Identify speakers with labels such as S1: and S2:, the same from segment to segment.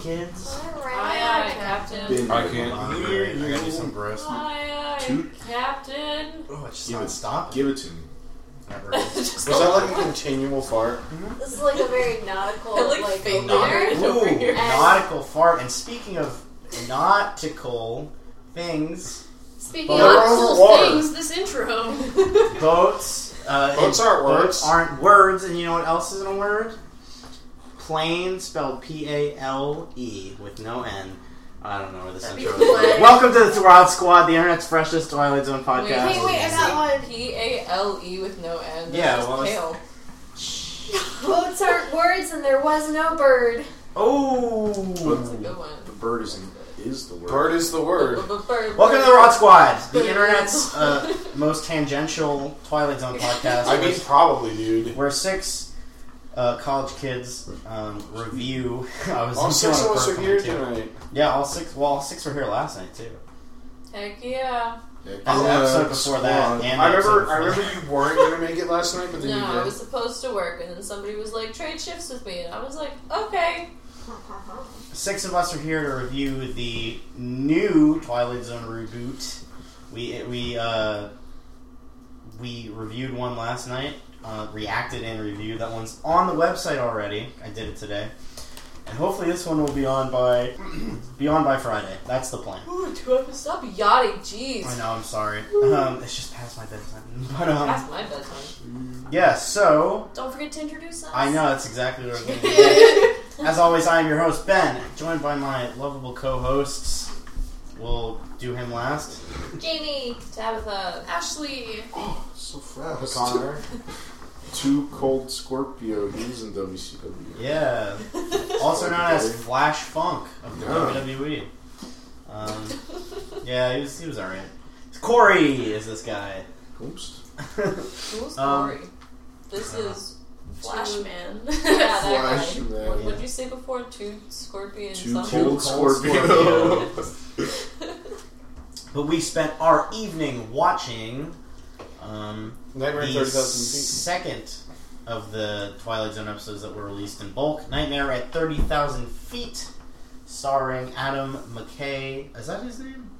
S1: kids?
S2: Aye, aye, Captain.
S3: I can't hear
S4: I gotta do
S3: you.
S4: some breast.
S2: Aye, aye,
S3: Toot.
S2: Captain.
S4: Oh, it's just
S3: Give
S4: not
S3: it-
S4: stop.
S3: Give it to me.
S4: Was that like a continual fart?
S5: This is like a very nautical,
S2: I like
S5: like,
S2: faint
S5: over
S2: there.
S5: here.
S2: over
S4: Ooh,
S2: here.
S4: nautical fart. And speaking of nautical things,
S2: Speaking
S4: Well,
S2: of
S4: we're over
S2: cool
S4: water.
S2: things, this intro.
S4: boats. Uh,
S3: Boats
S4: and-
S3: aren't words.
S4: Boats aren't words. And you know what else isn't a word? Plane spelled P A L E with no N. I don't know where this
S1: That'd
S4: intro
S1: be
S4: is.
S1: plane.
S4: Welcome to the Throwout Squad, the internet's freshest Twilight Zone podcast.
S5: Wait, wait,
S4: uh,
S5: I got one.
S2: P A L E with no N. That's
S4: Yeah,
S2: just
S4: well, it's-
S2: pale.
S5: Boats aren't words, and there was no bird.
S4: Oh!
S2: That's a good one.
S1: The bird is is the word.
S3: Bird is the word.
S2: B-b-bird.
S4: Welcome to the Rod Squad, the internet's uh, most tangential Twilight Zone podcast.
S3: I mean, probably, dude.
S4: where six uh, college kids um, review. I was
S3: All six
S4: doing a
S3: of us
S4: birth
S3: are here
S4: one, too.
S3: tonight.
S4: Yeah, all six. Well, all six were here last night too.
S2: Heck yeah.
S4: And the
S3: Uh,
S4: episode before that,
S3: squad.
S4: and
S3: I
S4: the episode
S3: remember. I
S4: before
S3: remember you weren't gonna make it last night, but then
S2: No, I
S3: you
S2: was
S3: did.
S2: supposed to work, and then somebody was like, trade shifts with me, and I was like, okay.
S4: Six of us are here to review the new Twilight Zone reboot. We we uh, we reviewed one last night. Uh, reacted and reviewed that one's on the website already. I did it today, and hopefully this one will be on by be on by Friday. That's the plan.
S2: Ooh, two episodes. Stop yachting, jeez.
S4: I know, I'm sorry. Um, it's just past my bedtime. But um,
S2: That's my bedtime.
S3: Mm,
S4: yeah, so
S2: Don't forget to introduce us.
S4: I know that's exactly what we're going to As always, I am your host Ben, joined by my lovable co-hosts. We'll do him last.
S2: Jamie, Tabitha, Ashley.
S3: So
S1: Connor. Two cold Scorpio. He's in WCW.
S4: Yeah, also known as Flash Funk of the
S1: Yeah.
S4: WWE. Um, yeah, he was he was alright. Corey is this guy.
S1: Oops.
S2: Cool story.
S4: Um,
S2: this
S4: uh,
S2: is Flashman.
S1: Flash
S2: Flashman. What
S1: man.
S2: would you say before? Two scorpions.
S1: Two
S2: something?
S1: cold
S4: cold
S1: Scorpio.
S4: But we spent our evening watching. Um,
S3: Nightmare
S4: the
S3: at Thirty Thousand Feet.
S4: second of the Twilight Zone episodes that were released in bulk, Nightmare at 30,000 Feet, starring Adam McKay. Is that his name?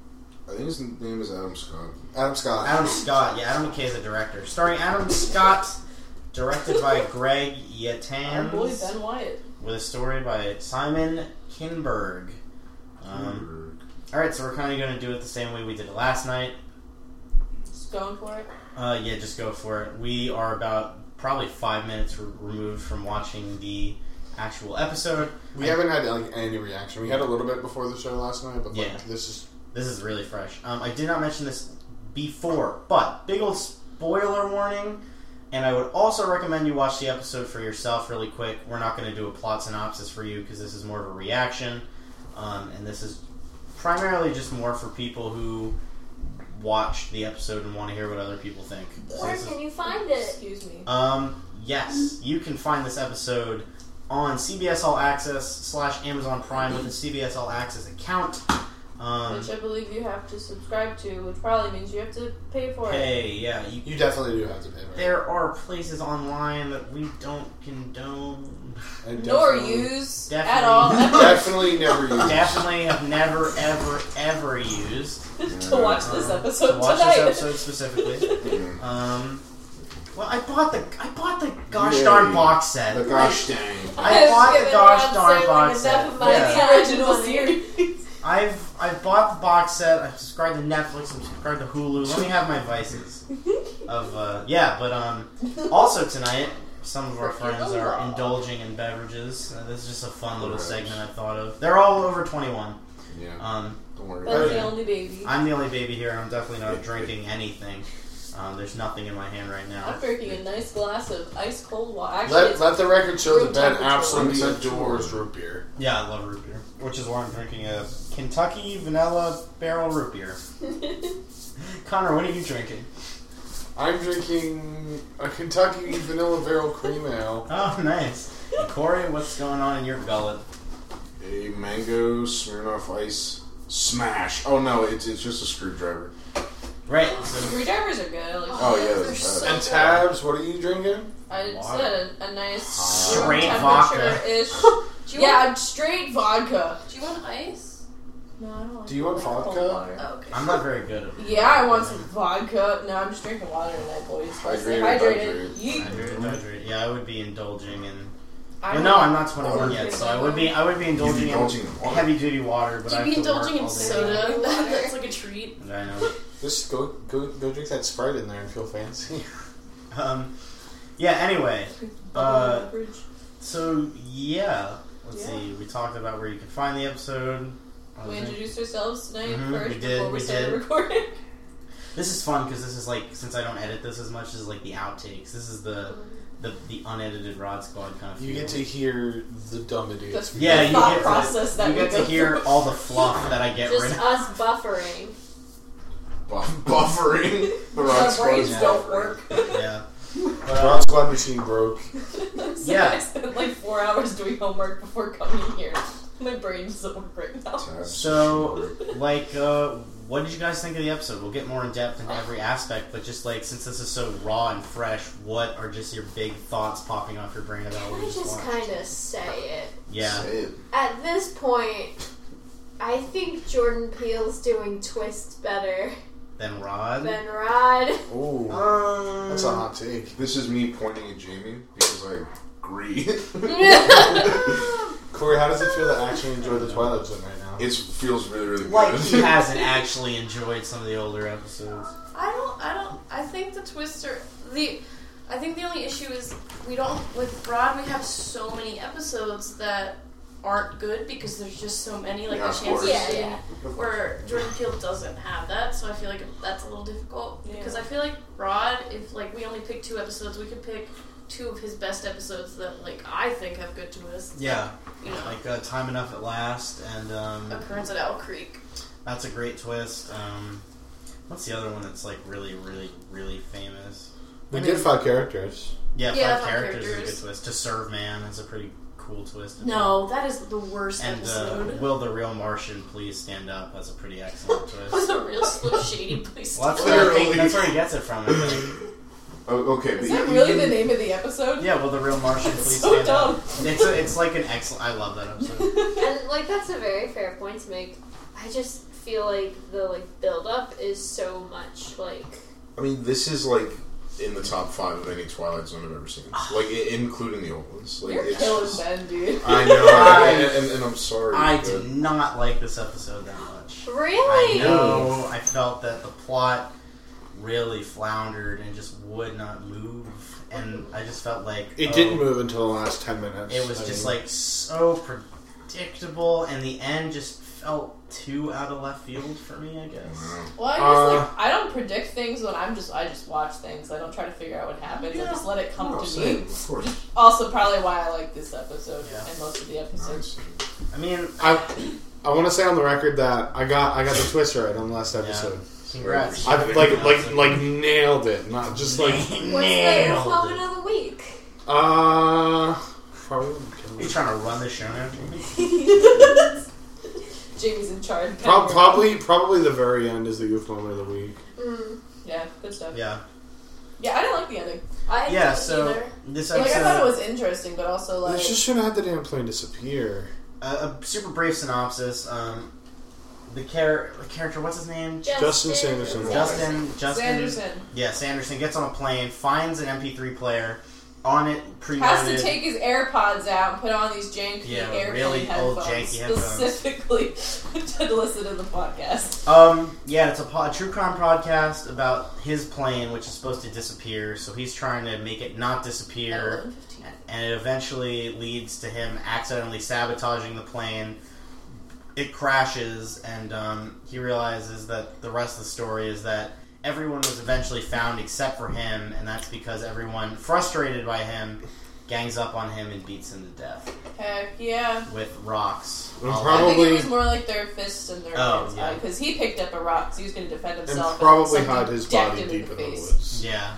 S1: I think his name is Adam Scott. Adam Scott.
S4: Adam Scott. Yeah, Adam McKay is the director. Starring Adam Scott, directed by Greg
S2: Our boy
S4: Yatans,
S2: Ben Wyatt.
S4: with a story by Simon Kinberg. Um, Alright, so we're kind of going to do it the same way we did it last night.
S2: Just going for it.
S4: Uh, yeah, just go for it. We are about probably five minutes re- removed from watching the actual episode.
S3: We haven't had like any reaction. We had a little bit before the show last night, but like
S4: Yeah.
S3: this is
S4: This is really fresh. Um, I did not mention this before, but big old spoiler warning. And I would also recommend you watch the episode for yourself really quick. We're not going to do a plot synopsis for you because this is more of a reaction. Um, and this is primarily just more for people who watch the episode and want to hear what other people think. So
S5: Where
S4: this is-
S5: can you find it?
S2: Excuse me.
S4: um, yes, you can find this episode on CBS All Access slash Amazon Prime with a CBS All Access account. Um,
S2: which I believe you have to subscribe to, which probably means you have to pay for it.
S4: hey, yeah, you,
S3: you definitely do have to pay. Right?
S4: there are places online that we don't condone.
S3: And
S2: Nor
S3: definitely-
S2: use at
S4: Definitely.
S2: all effort
S3: Definitely never use.
S4: Definitely have never, ever, ever used
S2: to watch this
S4: Um,
S2: episode
S4: to watch
S2: tonight.
S4: this episode specifically. Um, well, I bought the I bought the gosh
S1: Yay.
S4: darn box set.
S1: The gosh dang.
S4: I bought the
S2: given
S4: gosh
S2: Rob
S4: darn
S2: Sterling
S4: box
S2: enough
S4: set.
S2: of my
S4: Yeah.
S2: original series.
S4: I've I've bought the box set. I've subscribed to Netflix. I've subscribed to Hulu. Let me have my vices. Of uh, yeah, but um, also tonight some of our friends are indulging in beverages. Uh, this is just a fun little segment I thought of. They're all over 21.
S1: Yeah.
S4: Um,
S1: Don't worry
S2: But
S1: about
S2: the
S1: it.
S2: only baby.
S4: I'm the only baby here. I'm definitely not drinking anything. Um, there's nothing in my hand right now.
S2: I'm drinking a nice glass of ice cold water. Actually,
S3: Let,
S2: it's
S3: let the record show
S2: Room
S3: that Ben
S2: temperature.
S3: absolutely
S1: Room
S3: adores
S1: temperature.
S3: root beer.
S4: Yeah, I love root beer, which is why I'm drinking a Kentucky vanilla barrel root beer. Connor, what are you drinking?
S3: I'm drinking a Kentucky Vanilla Barrel Cream Ale.
S4: Oh, nice. And Corey, what's going on in your gullet?
S1: A mango Smirnoff Ice smash. Oh no, it's it's just a screwdriver.
S4: Right. So
S2: Screwdrivers are good. I Like,
S1: Oh, yeah,
S2: they're
S1: they're
S2: so
S1: bad.
S3: And Tabs, what are you drinking?
S2: I
S4: Water.
S2: said a, a nice
S4: Straight vodka.
S2: ish
S5: Do you
S2: Yeah, straight vodka.
S5: want, do you want ice?
S2: No, I don't like
S3: Do you want
S2: cold
S3: vodka?
S2: water.
S5: Oh, okay.
S4: I'm not very good at
S2: Yeah, I want some vodka. No, I'm just drinking water tonight, boys. I stay
S1: Hydrated,
S2: hydrated.
S1: hydrated.
S2: Yeet.
S4: Hydrate, hydrate. Yeah, I would be indulging in.
S2: I
S4: Well,
S2: don't
S4: no,
S2: know.
S4: I'm not 21 yet, so I would be. I would be
S1: You'd
S4: indulging in
S1: be indulging in water.
S4: heavy duty water, but
S5: Do
S4: I
S5: you
S4: have to
S5: be
S4: work
S5: indulging in
S4: all day.
S5: soda?
S6: That's like a treat.
S4: I know.
S3: Just go, go, go drink that Sprite in there and feel fancy.
S4: Um, yeah. Anyway, uh, so yeah, let's
S2: Yeah.
S4: see. We talked about where you can find the episode. I was
S2: we
S4: in-
S2: introduced ourselves tonight
S4: Mhm,
S2: first
S4: we did,
S2: before we,
S4: we
S2: started
S4: did.
S2: recording.
S4: This is fun because this is like since I don't edit this as much as like the outtakes. This is the the, the unedited Rod Squad kind of.
S3: You
S4: feel.
S3: get to hear the dumb dude.
S2: That's
S4: Yeah,
S2: the
S4: you
S2: thought
S4: get to-
S2: process that
S4: you get to
S2: we go
S4: hear
S2: through.
S4: all the fluff that I get rid
S5: Just
S4: of.
S5: us buffering.
S1: Buff- buffering. The
S2: Our
S1: rock squad
S2: brains
S1: is
S2: don't
S1: buffering.
S2: work.
S4: Yeah. But,
S3: The
S4: uh,
S3: Rock Squad machine broke.
S2: so
S4: Yeah.
S2: I spent like four hours doing homework before coming here. My brain doesn't work right now.
S1: Tabs.
S4: So, like, uh, what did you guys think of the episode? We'll get more in depth into every aspect, but just like, since this is so raw and fresh, what are just your big thoughts popping off your brain about
S5: Can
S4: what
S5: I
S4: we just
S5: just
S4: watched?
S5: kind of say it?
S4: Yeah.
S1: Say it.
S5: At this point, I think Jordan Peele's doing Twist better
S4: Then Rod.
S5: than Rod.
S3: Ooh,
S4: um,
S3: that's a hot take.
S1: This is me pointing at Jamie because I agree.
S3: Corey, how does it feel to actually enjoy the Twilight Zone right now?
S1: it feels really, really good.
S4: like he hasn't actually enjoyed some of the older episodes.
S6: I don't. I don't. I think the twister. The. I think the only issue is we don't with Rod. We have so many episodes that aren't good because there's just so many. Like
S1: Yeah,
S6: the
S1: of
S6: chances
S1: course.
S5: Yeah, yeah.
S6: where Jordan Peele doesn't have that, so I feel like that's a little difficult
S2: Yeah.
S6: because I feel like Rod. If like we only pick two episodes, we could pick two of his best episodes that like I think have good twists.
S4: Yeah,
S6: You know,
S4: like uh, time enough at last, and um,
S6: Occurrence at Owl Creek.
S4: that's a great twist. Um, what's the other one that's like really, really, really famous?
S3: We did five characters.
S4: Yeah,
S6: Yeah,
S4: five
S6: Five
S4: characters, is a
S6: Characters.
S4: good twist. To serve man is a pretty cool twist.
S6: No, that is the worst
S4: And uh,
S6: episode.
S4: will the real Martian please stand up? That's a pretty excellent
S6: That
S4: twist.
S6: was a real slow, shady place.
S4: Well, that's,
S6: to
S4: where I think,
S1: Clearly.
S4: that's where he gets it from. I think.
S1: Oh, okay,
S2: Is
S1: but
S2: that
S1: you-
S2: really
S1: you-
S2: the name of the episode?
S4: Yeah, will the real Martian
S2: That's
S4: please
S2: so
S4: stand
S2: dumb.
S4: up? It's a, it's like an excellent. I love that episode.
S5: and like that's a very fair point to make. I just feel like the like build up is so much like
S1: I mean, this is like in the top five of any Twilight Zone I've ever seen, like i- including the old ones. Like,
S2: Ah. You're
S1: it's
S2: killing
S1: just-
S2: Ben, dude.
S1: I know,
S4: I-
S1: and, and, and I'm sorry.
S4: I
S1: but-
S4: did not like this episode that much. I
S5: really.
S4: know. I felt that the plot really floundered and just would not move, and I just felt like
S3: It
S4: oh,
S3: didn't move until the last ten minutes.
S4: It was
S3: I
S4: just
S3: mean,
S4: like so predictable, and the end just felt too out of left field for me. I guess.
S2: Well, I just
S3: Uh,
S2: like I don't predict things when I'm just I just watch things. I don't try to figure out what happens. I just let it come
S1: Oh,
S2: to
S1: same,
S2: me.
S1: of course.
S2: Also, probably why I like this episode
S4: Yeah.
S2: and most of the episodes.
S1: Nice.
S4: I mean,
S3: I, I want to say on the record that I got I got the twist right on the last episode.
S4: congrats.
S1: Yeah.
S3: I like like like nailed it, not just like
S5: What's the
S4: nailed
S5: installment
S4: it.
S5: of the week?
S3: uh. Probably
S4: You trying to run the show now? Jamie?
S2: Jamie's in charge.
S3: Prob- probably probably the very end is the goof moment of the week.
S5: Mm.
S2: Yeah, good stuff.
S4: Yeah.
S2: Yeah, I didn't like the ending.
S5: I
S4: Yeah.
S5: didn't
S4: So
S5: either.
S4: this
S2: Like I thought it
S4: episode,
S2: was interesting, but also like
S3: They just should have had the damn plane disappear.
S4: uh, a super brief synopsis. Um, the, char- the character, what's his name?
S3: Justin Sanderson.
S4: Justin. Justin.
S2: Sanderson
S4: Yeah, Sanderson gets on a plane, finds an MP3 player, on it
S2: has to
S4: preloaded.
S2: take his AirPods out and put on these janky
S4: Yeah,
S2: airplane
S4: really
S2: headphones,
S4: old janky headphones.
S2: specifically to listen to the podcast.
S4: Um, yeah, it's a, po- a true crime podcast about his plane, which is supposed to disappear. So he's trying to make it not disappear, and it eventually leads to him accidentally sabotaging the plane. It crashes, and um, he realizes that the rest of the story is that everyone was eventually found except for him, and that's because everyone, frustrated by him, gangs up on him and beats him to death
S2: Heck yeah.
S4: with rocks.
S3: And
S4: All-
S3: prob-
S2: I think
S3: Probably-
S2: it was more like their fists and their
S4: Oh,
S2: hands,
S4: yeah.
S2: because he picked up a rock, 'cause he was going to defend
S3: And
S2: himself.
S3: probably
S2: something
S3: hide his
S2: decked
S3: body
S2: him
S3: deep
S2: the
S3: in the
S2: face.
S3: woods.
S4: yeah.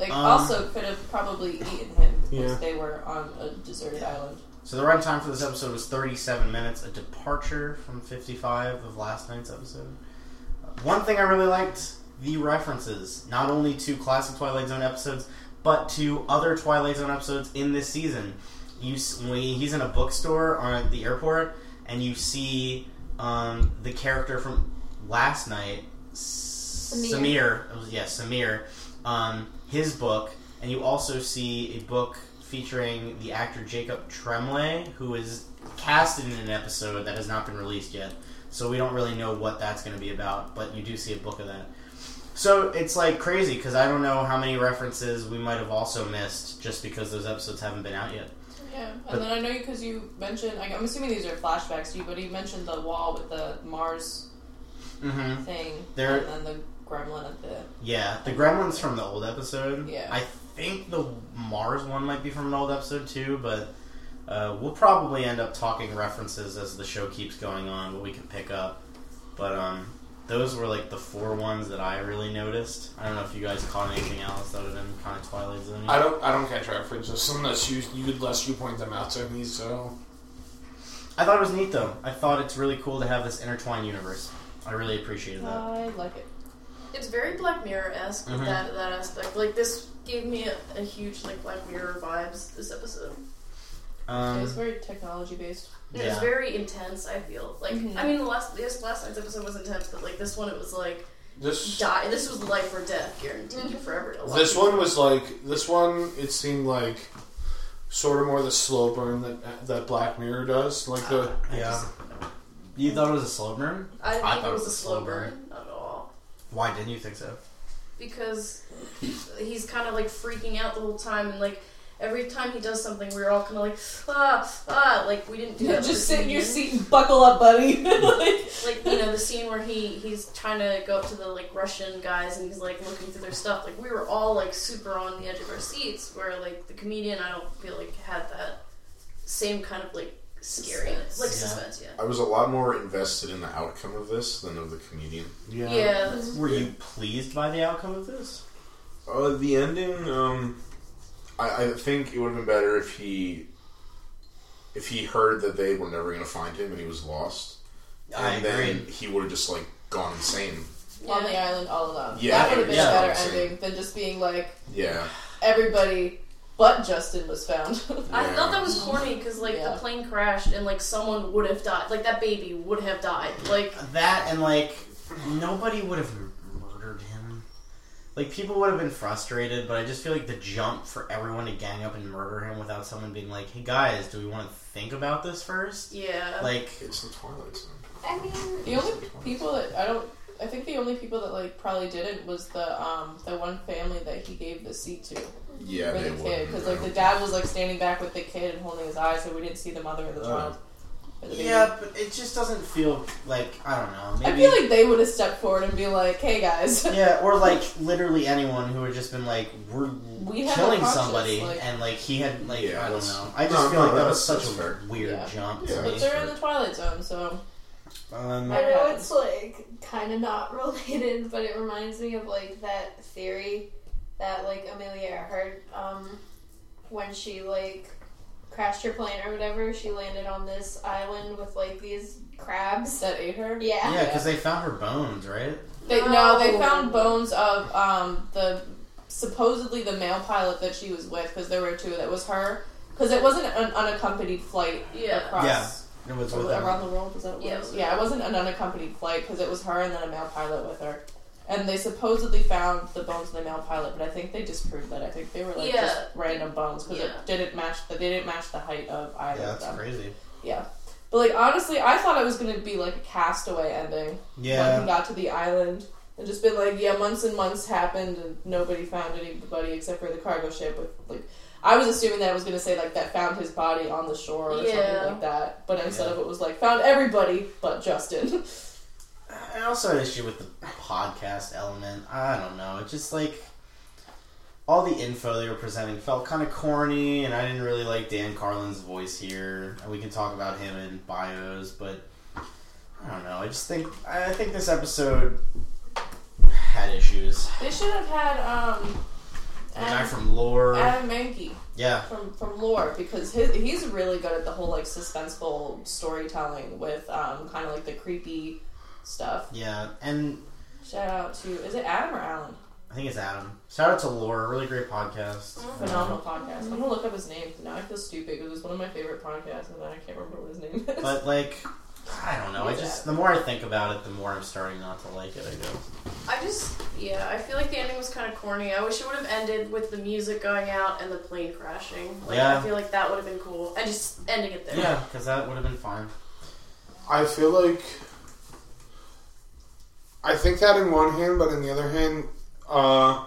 S2: Like,
S4: Um,
S2: also could have probably eaten him
S3: Yeah.
S2: if they were on a deserted island.
S4: So the runtime for this episode was 37 minutes, a departure from 55 of last night's episode. Uh, One thing I really liked the references, not only to classic Twilight Zone episodes, but to other Twilight Zone episodes in this season. you s- when he's in a bookstore on at the airport, and you see um, the character from last night, S-
S2: Samir.
S4: Samir. It was yes, Samir. Um, his book, and you also see a book featuring the actor Jacob Tremblay, who is casted in an episode that has not been released yet. So we don't really know what that's going to be about, but you do see a book of that. So it's like crazy because I don't know how many references we might have also missed just because those episodes haven't been out yet.
S2: Yeah,
S4: But-
S2: and then I know because you mentioned, like, I'm assuming these are flashbacks to you, but you mentioned the wall with the Mars
S4: Mm-hmm.
S2: thing,
S4: There-
S2: and then the gremlin at the.
S4: Yeah, the Gremlins from the old episode.
S2: Yeah.
S4: I think the Mars one might be from an old episode too, but uh, we'll probably end up talking references as the show keeps going on, what we can pick up. But um, those were like the four ones that I really noticed. I don't know if you guys caught anything else that would have been kind of Twilight Zone.
S3: I don't. I don't catch references unless you you unless you point them out to me. So
S4: I thought it was neat though. I thought it's really cool to have this intertwined universe. I really appreciated that.
S2: I like it.
S6: It's very Black Mirror esque
S4: Mhm.
S6: that that aspect. Like this gave me a, a huge like Black Mirror vibes. This episode.
S2: It
S4: Um,
S2: was very technology based.
S6: It was
S4: Yeah.
S6: very intense. I feel like
S2: Mhm.
S6: I mean, the last yes, last night's episode was intense, but like this one, it was like
S3: this
S6: die. This was life or death, guaranteed forever. to a lot of
S3: this
S6: people.
S3: one was like this one. It seemed like sort of more the slow burn that that Black Mirror does. Like the
S4: yeah. You thought it was a slow burn?
S6: I didn't
S4: I
S6: think
S4: thought
S6: it was a slow burn at all
S4: Why didn't you think so?
S6: because he's kind of like freaking out the whole time and like. Every time he does something, we we're all kind of like, ah, ah, like we didn't do that.
S2: Just
S6: for
S2: sit in your
S6: Steven.
S2: seat and buckle up, buddy. like,
S4: Mm-hmm.
S6: like you know the scene where he he's trying to go up to the like Russian guys and he's like looking through their stuff. Like we were all like super on the edge of our seats. Where like the comedian, I don't feel like had that same kind of like scary
S2: Suspense.
S6: like
S4: Yeah.
S6: suspense. Yeah,
S1: I was a lot more invested in the outcome of this than of the comedian.
S3: yeah.
S6: yeah. that's-
S4: Were you pleased by the outcome of this?
S1: Uh, the ending, um, I, I think it would have been better if he, if he heard that they were never going to find him and he was lost,
S4: I
S1: and then
S4: agree.
S1: he would have just like gone insane.
S2: on the island all alone.
S1: Yeah,
S2: that would have been
S4: yeah.
S2: a better
S1: Same.
S2: ending than just being like
S1: Yeah,
S2: everybody but Justin was found.
S6: I
S1: Yeah.
S6: thought that was corny because like
S2: Yeah.
S6: the plane crashed and like someone would have died. Like that baby would have died. Like
S4: That and like nobody would have murdered him. Like people would have been frustrated, but I just feel like the jump for everyone to gang up and murder him without someone being like, "Hey guys, do we want to think about this first?
S6: yeah,
S4: Like,
S1: it's the Twilight Zone.
S5: I mean,
S2: the only people that I don't, I think the only people that like probably didn't was the um the one family that he gave the seat to
S1: Yeah,
S2: for
S1: they
S2: the kid
S1: would.
S2: because like the dad was like standing back with the kid and holding his eyes so we didn't see the mother
S4: Uh.
S2: and the
S1: Oh.
S2: child. Or the baby.
S4: yeah, but it just doesn't feel like I don't know. Maybe
S2: I feel like they would have stepped forward and be like, "Hey guys,
S4: Yeah, or like literally anyone who had just been like, we're
S2: We have a
S4: killing
S2: conscience,
S4: somebody,
S2: like-
S4: and like he had like
S1: Yeah,
S4: I don't
S1: that's-
S4: know. I just
S1: no,
S4: feel
S1: no,
S4: like that was such
S1: that's-
S4: a
S1: that's fair.
S4: weird
S2: Yeah.
S4: jump.
S1: Yeah.
S4: To
S2: but
S4: me.
S2: they're in the twilight zone, so
S4: Um,
S5: I know it's like kind of not related, but it reminds me of like that theory that like Amelia Earhart, um, when she like crashed her plane or whatever, she landed on this island with like these crabs.
S2: that ate her."
S5: Yeah.
S4: yeah, because they found her bones, right?
S2: They, no, they
S5: No.
S2: found bones of um, the supposedly the male pilot that she was with because there were two. That was her because it wasn't an unaccompanied flight
S6: Yeah.
S2: across
S4: Yeah. It was with them.
S2: around the world. Is that what
S6: Yeah,
S2: it was?
S6: it was-
S2: Yeah, it wasn't an unaccompanied flight because it was her and then a male pilot with her. And they supposedly found the bones of the male pilot, but I think they disproved that. I think they were like
S6: Yeah.
S2: just random bones because
S6: Yeah.
S2: it didn't match. The, they didn't match the height of either
S4: Yeah,
S2: of
S4: that's
S2: them.
S4: crazy.
S2: But like honestly, I thought it was gonna be like a castaway ending when he
S4: Yeah,
S2: got to the island and just been like, yeah, months and months happened and nobody found anybody except for the cargo ship with like I was assuming that it was gonna say like that found his body on the shore or
S6: Yeah.
S2: something like that. But instead
S4: Yeah.
S2: of it was like found everybody but Justin.
S4: I also had an issue with the podcast element. I don't know. It's just like all the info they were presenting felt kind of corny, and I didn't really like Dan Carlin's voice here. And we can talk about him in bios, but I don't know. I just think I think this episode had issues.
S2: they should have had um
S4: The guy from Lore,
S2: Adam Mankey
S4: yeah,
S2: from from Lore because his, he's really good at the whole like suspenseful storytelling with um kind of like the creepy stuff.
S4: yeah, and
S2: Shout out to is it Adam or Alan?
S4: I think it's Adam. Shout out to Laura, really great podcast.
S6: Oh.
S2: Mm-hmm. Phenomenal podcast. I'm gonna look up his name. Now I feel stupid because it was one of my favorite podcasts, and now I can't remember what his name is.
S4: But like, I don't know. I
S2: He's
S4: just the
S2: Adam.
S4: more I think about it, the more I'm starting not to like it. I guess.
S6: I just, yeah, I feel like the ending was kind of corny. I wish it would have ended with the music going out and the plane crashing. Like,
S4: Yeah.
S6: I feel like that would have been cool. And just ending it there.
S4: Yeah, because that would have been fine.
S3: I feel like I think that in one hand, but in the other hand, uh,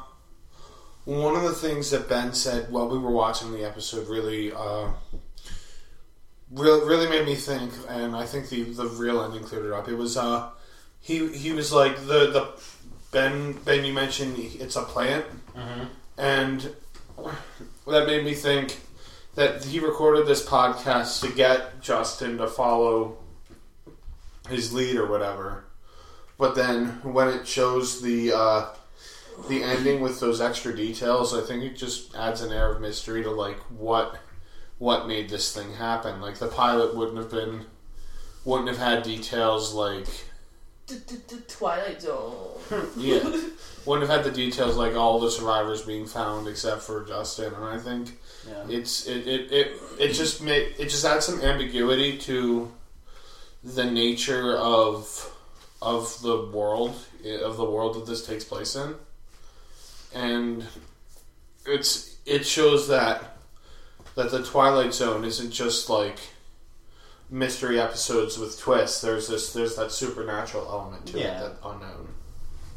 S3: one of the things that Ben said while we were watching the episode really, uh, really, really made me think, and I think the the real ending cleared it up. It was uh, he he was like the the Ben Ben you mentioned it's a plant,
S4: Mm-hmm.
S3: and that made me think that he recorded this podcast to get Justin to follow his lead or whatever. But then when it shows the uh, the ending with those extra details, I think it just adds an air of mystery to like what what made this thing happen. Like the pilot wouldn't have been wouldn't have had details like
S2: Twilight Zone.
S3: yeah. Wouldn't have had the details like all the survivors being found except for Justin, and I think
S4: Yeah.
S3: it's it it, it, it just made it just adds some ambiguity to the nature of of the world of the world that this takes place in, and it's it shows that that the Twilight Zone isn't just like mystery episodes with twists. There's this there's that supernatural element to
S4: Yeah.
S3: it, that unknown.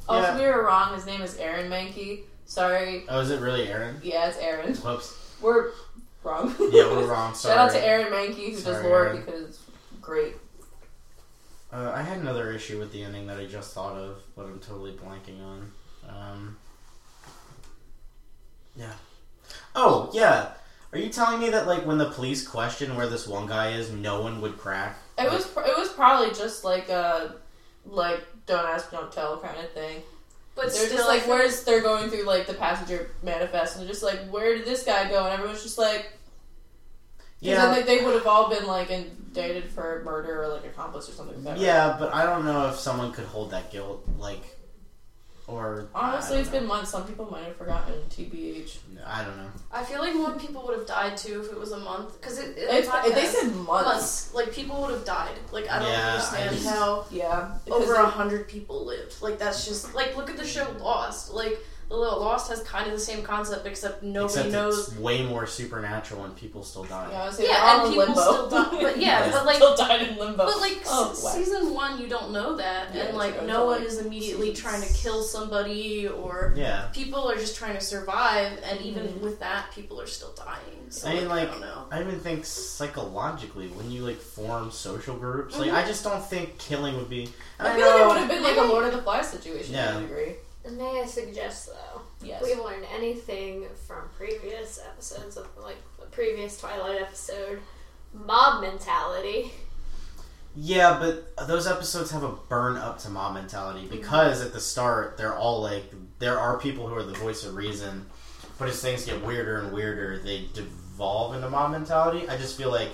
S2: Oh,
S4: Yeah.
S2: if we were wrong, his name is Aaron Mankey. Sorry.
S4: Oh, is it really Aaron?
S2: Yeah, it's Aaron.
S4: Whoops.
S2: We're wrong.
S4: Yeah, we're wrong. Sorry.
S2: Shout out to Aaron Mankey who does
S4: Sorry,
S2: Laura
S4: Aaron.
S2: because great.
S4: Uh, I had another issue with the ending that I just thought of, but I'm totally blanking on. Um, yeah. Oh yeah. Are you telling me that like when the police question where this one guy is, no one would crack?
S2: It was pr- it was probably just like a like don't ask, don't tell kind of thing.
S6: But
S2: They're
S6: still,
S2: just
S6: I
S2: like,
S6: feel
S2: where's they're going through like the passenger manifest, and they're just like, where did this guy go? And everyone's just like, 'cause
S4: Yeah.
S2: then they, they would have all been like indicted for murder or like accomplice or something. Like that.
S4: Yeah, but I don't know if someone could hold that guilt, like, or
S2: Honestly,
S4: I
S2: it's
S4: don't
S2: been months. Some people might have forgotten. Tbh.
S4: know. I don't know.
S6: I feel like more people would have died too if it was a month. Because it, it,
S2: It's,
S6: podcast,
S2: they said months.
S6: months. Like people would have died. Like I don't
S4: Yeah, I
S6: understand
S4: just-
S6: how
S2: Yeah. because
S6: over a hundred people lived. Like that's just like look at the show Lost. Like the little Lost has kind of the same concept except nobody
S4: Except
S6: knows.
S4: it's way more supernatural and people still die.
S2: Yeah, I was saying,
S6: Yeah,
S2: all
S6: and
S2: in
S6: people
S2: limbo.
S6: still die. But yeah, but like
S2: still died in limbo.
S6: But like
S2: oh,
S6: s-
S2: wow.
S6: season one, you don't know that,
S2: Yeah,
S6: and like
S2: so
S6: no
S2: it's
S6: one
S2: like
S6: is immediately
S2: seasons.
S6: trying to kill somebody, or
S4: Yeah.
S6: people are just trying to survive, and even
S2: Mhm.
S6: with that, people are still dying. So
S4: I mean,
S6: like,
S4: like-
S6: I don't know.
S4: I even think psychologically when you like form social groups, like
S2: Mm-hmm.
S6: Mhm.
S4: I just don't think killing would be. I,
S2: I feel like it
S4: know.
S2: would have been like a Lord of the Flies situation
S4: Yeah.
S2: to a degree.
S5: May I suggest though,
S2: Yes.
S5: if we've learned anything from previous episodes of like the previous Twilight episode, mob mentality.
S4: yeah, but those episodes have a burn up to mob mentality
S2: Mm-hmm.
S4: because at the start they're all like there are people who are the voice of reason, but as things get weirder and weirder, they devolve into mob mentality. I just feel like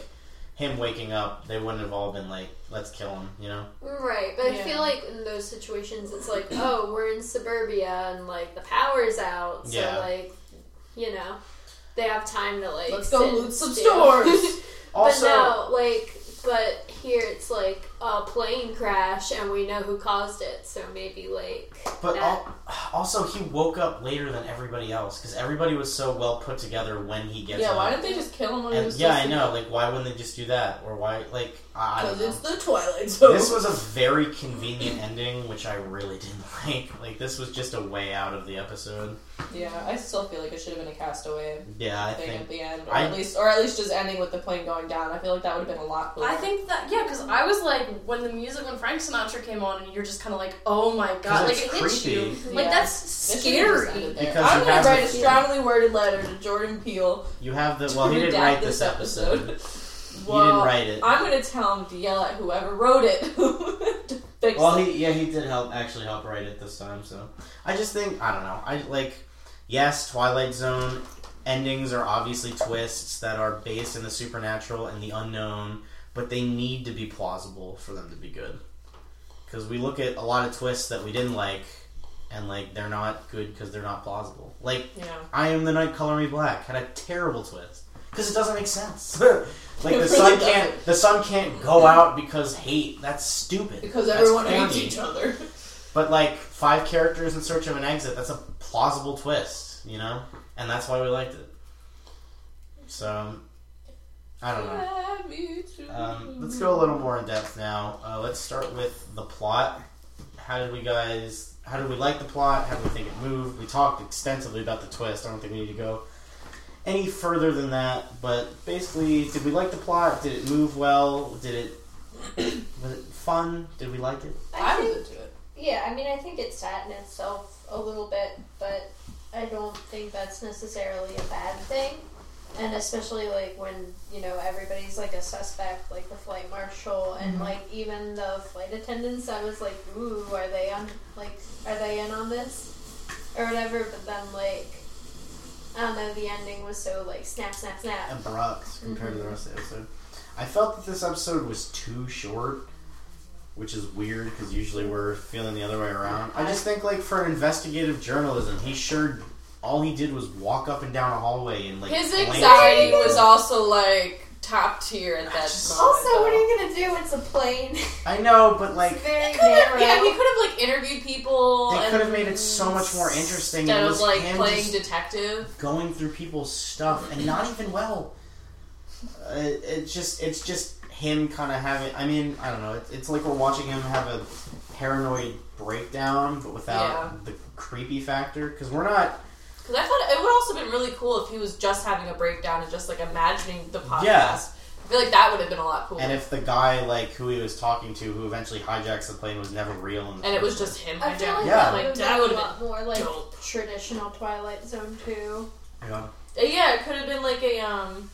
S4: him waking up, they wouldn't have all been like, "Let's kill him," you know?
S5: Right, but I
S2: Yeah.
S5: feel like in those situations, it's like, oh, we're in suburbia and like the power's out, so
S4: Yeah.
S5: like, you know, they have time to like
S2: Let's go
S5: sit
S2: loot
S5: and
S2: some
S5: steal.
S2: stores.
S4: Also,
S5: but no, like, but here it's like a plane crash, and we know who caused it, so maybe like
S4: But
S5: that-
S4: al- also, he woke up later than everybody else because everybody was so well put together when he gets
S2: yeah,
S4: up.
S2: why didn't they just kill him when he
S4: and,
S2: was
S4: yeah,
S2: still
S4: I know. Like, why wouldn't they just do that? Or why? Like, I, I don't
S2: Because
S4: know.
S2: it's the Twilight Zone.
S4: This was a very convenient ending, which I really didn't like. Like, this was just a way out of the episode.
S2: yeah, I still feel like it should have been a castaway
S4: Yeah, I
S2: thing at
S4: think.
S2: the end, or
S4: I-
S2: at least, or at least just ending with the plane going down. I feel like that would have been a lot cooler.
S6: I think that yeah, because I was like when the music when Frank Sinatra came on, and you're just kind of like, oh my god,
S4: 'Cause
S6: like
S4: it's
S6: it hits you.
S4: creepy.
S6: Like
S2: Yeah.
S6: that's
S2: It should have just
S6: scary.
S2: ended there.
S4: Because
S2: I'm
S4: you
S2: gonna
S4: have
S2: write
S4: the-
S2: a strongly worded letter to Jordan Peele.
S4: You have the. Well, he didn't
S2: Redact
S4: write this
S2: this
S4: episode.
S2: episode.
S4: He
S2: Well,
S4: didn't write it.
S2: I'm gonna tell him to yell at whoever wrote it to fix
S4: Well,
S2: it.
S4: he yeah he did help actually help write it this time. So I just think I don't know. I like yes, Twilight Zone endings are obviously twists that are based in the supernatural and the unknown, but they need to be plausible for them to be good. Because we look at a lot of twists that we didn't like, and like they're not good because they're not plausible. Like
S2: Yeah.
S4: I am the night, color me black had a terrible twist because it doesn't make sense. like
S2: It
S4: the
S2: really
S4: sun can't
S2: doesn't.
S4: the sun can't go out because hate. That's stupid.
S2: Because
S4: That's
S2: everyone hates
S4: crazy.
S2: each other.
S4: But like five characters in search of an exit, that's a plausible twist, you know, and that's why we liked it. So I don't know. Uh, Um, let's go a little more in depth now. Uh, let's start with the plot. How did we guys? How did we like the plot? How did we think it moved? We talked extensively about the twist. I don't think we need to go any further than that. But basically, did we like the plot? Did it move well? Did it was it fun? Did we like it?
S5: I
S2: I was
S5: think,
S2: into it.
S5: yeah, I mean, I think it sat in itself a little bit, but I don't think that's necessarily a bad thing. And especially like when you know everybody's like a suspect, like the flight marshal and like even the flight attendants. I was like, ooh, are they on? Like, are they in on this or whatever? But then like, I don't know. The ending was so like snap, snap, snap.
S4: abrupt compared to the rest of the episode. I felt that this episode was too short, which is weird because usually we're feeling the other way around. I just think, like, for investigative journalism, he sure all he did was walk up and down a hallway and like
S2: His
S4: glance
S2: anxiety
S4: at people.
S2: was also like top tier at that moment.
S5: Also, what are
S2: though.
S5: you gonna do? It's a plane.
S4: I know, but like
S5: It's very
S2: Could have,
S5: narrow.
S2: yeah, he could have like interviewed people.
S4: They
S2: and
S4: could have made it so much more interesting.
S2: Instead
S4: It
S2: of
S4: was
S2: like
S4: him
S2: playing
S4: just-
S2: detective.
S4: going through people's stuff and not even well. Uh, it, it's just it's just him kind of having. I mean, I don't know. It, it's like we're watching him have a paranoid breakdown, but without
S2: Yeah.
S4: the creepy factor. Because we're not.
S2: Because I thought it would also been really cool if he was just having a breakdown and just like imagining the podcast.
S4: Yeah.
S2: I feel like that would have been a lot cooler.
S4: And if the guy like who he was talking to, who eventually hijacks the plane, was never real, in the
S2: And it was
S4: first
S2: just him.
S5: I feel like
S2: hijacking.
S4: Yeah.
S5: that would
S2: Like
S5: have
S2: that
S5: been
S2: would
S5: a
S2: have
S5: lot more like
S2: dope.
S5: traditional Twilight Zone too.
S4: place. yeah.
S2: been. uh, Yeah, it could have been like a um.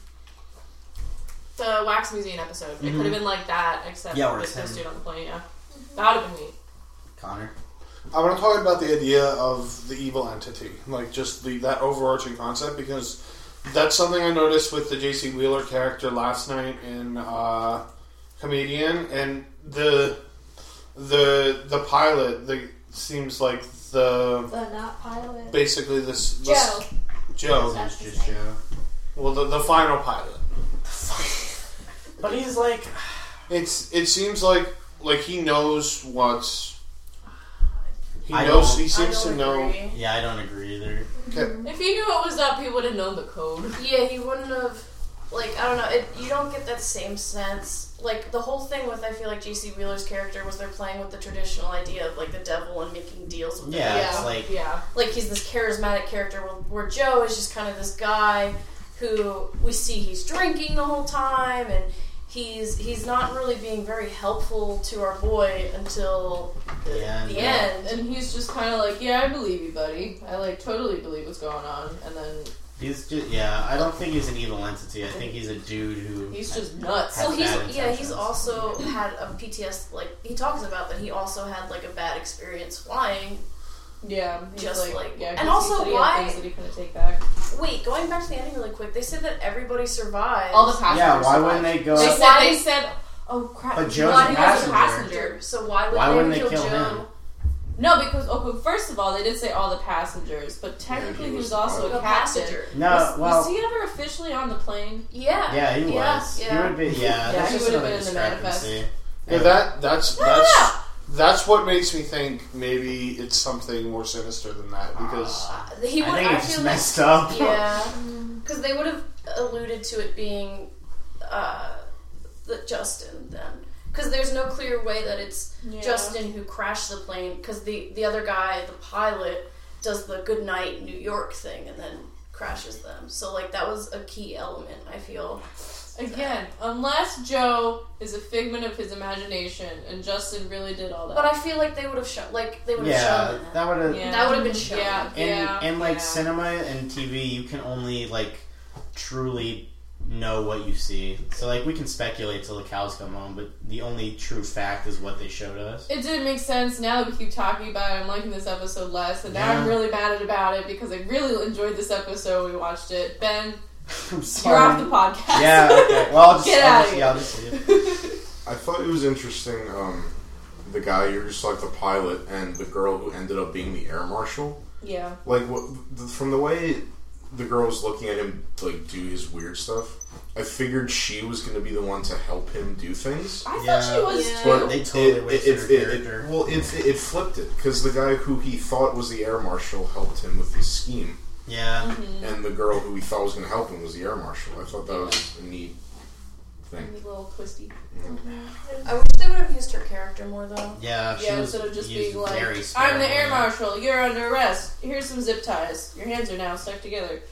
S2: The wax museum episode. It
S4: Mhm.
S2: could have been like that, except
S4: Yeah, where
S2: with
S4: it's
S2: this
S4: him.
S2: dude on the plane. Yeah, that would have been neat.
S4: Connor.
S3: I want to talk about the idea of the evil entity, like just the, that overarching concept, because that's something I noticed with the J.C. Wheeler character last night in uh, Comedian, and the the the pilot the, seems like the
S5: The not pilot.
S3: basically this,
S5: Joe.
S3: this Joe.
S5: That's
S4: It's
S5: his
S4: just
S5: name.
S4: Joe.
S3: Well, the, the final pilot.
S4: But he's like,
S3: It's it seems like like he knows what's he
S4: I
S3: knows
S4: don't-
S3: he seems to know.
S4: yeah, I don't agree either.
S3: Okay.
S2: If he knew what was up, he would have known the code.
S6: Yeah, he wouldn't have. Like I don't know, it, you don't get that same sense. Like the whole thing with I feel like J.C. Wheeler's character was they're playing with the traditional idea of like the devil and making deals with the
S4: Yeah,
S6: devil.
S4: it's like
S2: Yeah.
S6: like he's this charismatic character where, where joe is just kind of this guy who we see he's drinking the whole time and he's he's not really being very helpful to our boy until the,
S4: Yeah,
S6: the
S4: yeah.
S6: end and
S2: And he's just kind of like, yeah, I believe you, buddy. I like totally believe what's going on. And then
S4: he's just yeah. I don't think he's an evil entity. I think he's a dude who
S2: he's just nuts.
S4: Has
S6: well he's
S4: bad
S6: yeah he's
S4: intentions.
S6: also had a pts like he talks about that he also had like a bad experience flying
S2: Yeah. He's
S6: Just
S2: like,
S6: like-
S2: yeah. 'cause
S6: and
S2: he
S6: also
S2: said he had
S6: why-
S2: things that he couldn't take back.
S6: wait going back to the ending really quick they said that everybody survived
S2: All the passengers.
S4: yeah. Why wouldn't
S2: survived.
S4: they go?
S2: They
S6: So
S2: said
S6: why-
S2: they said, oh crap.
S4: But
S2: he
S4: Joe's
S2: was-
S4: a
S2: he was
S4: passenger.
S6: so why would
S4: Why
S6: they,
S4: wouldn't they
S6: kill,
S4: kill
S6: joe
S4: him?
S2: No, because okay, first of all, they did say all the passengers, but technically
S1: he
S2: he
S1: was
S2: was also
S6: The
S2: a captain.
S6: passenger
S4: No,
S2: was,
S4: well,
S2: was he ever officially on the plane?
S6: yeah
S4: yeah, he
S6: yeah,
S4: was.
S6: yeah.
S4: He would be. Yeah,
S2: Yeah,
S4: that's
S2: he
S4: just
S2: would've
S4: another
S2: been in the manifest.
S4: discrepancy.
S3: Yeah, that that's
S2: no,
S3: that's that's what makes me think maybe it's something more sinister than that because
S6: Uh, He would.
S4: I
S6: I,
S4: think it's just
S6: feel like,
S4: messed up.
S6: Yeah, because they would have alluded to it being uh, the Justin then, because there's no clear way that it's
S2: Yeah.
S6: Justin who crashed the plane. Because the the other guy, the pilot, does the good night New York thing and then crashes them. So like that was a key element. I feel.
S2: Again, unless Joe is a figment of his imagination, and Justin really did all that.
S6: But I feel like they would have shown. Like they would have
S4: Yeah,
S6: shown. That.
S4: that would have.
S2: Yeah.
S6: That would've been shown.
S2: Yeah,
S4: And
S2: yeah,
S4: and like
S2: yeah.
S4: cinema and TV, you can only like truly know what you see. So like we can speculate till the cows come home, but the only true fact is what they showed us.
S2: It didn't make sense now that we keep talking about it. I'm liking this episode less, and now I'm
S4: Yeah.
S2: really mad at about it because I really enjoyed this episode. We watched it.
S4: I'm
S2: Ben, you're off the
S4: sorry.
S2: podcast.
S4: Yeah. Okay. Well, I'll just.
S2: Get
S4: I'll
S2: out
S4: just,
S2: of
S4: yeah, I'll just leave.
S1: I thought it was interesting um, the guy you're just like the pilot and the girl who ended up being the air marshal.
S2: Yeah.
S1: Like what, th- from the way the girl was looking at him to, like do his weird stuff, I figured she was going to be the one to help him do things.
S2: I
S4: Yeah.
S2: thought she was
S6: Yeah.
S2: too.
S4: They totally
S1: it,
S4: wasted
S1: it,
S4: her
S1: it- it-
S4: character.
S1: well, it, it, it flipped it because the guy who he thought was the air marshal helped him with his scheme,
S4: Yeah.
S1: and the girl who he thought was going to help him was the air marshal. I thought that was a neat
S2: A
S1: thing.
S2: little twisty.
S6: I wish they would have used her character more though.
S4: Yeah, she
S2: Yeah,
S4: was
S2: instead of just
S4: used
S2: being like,
S4: very
S2: I'm the
S4: sparingly.
S2: air marshal. You're under arrest. Here's some zip ties. Your hands are now stuck together.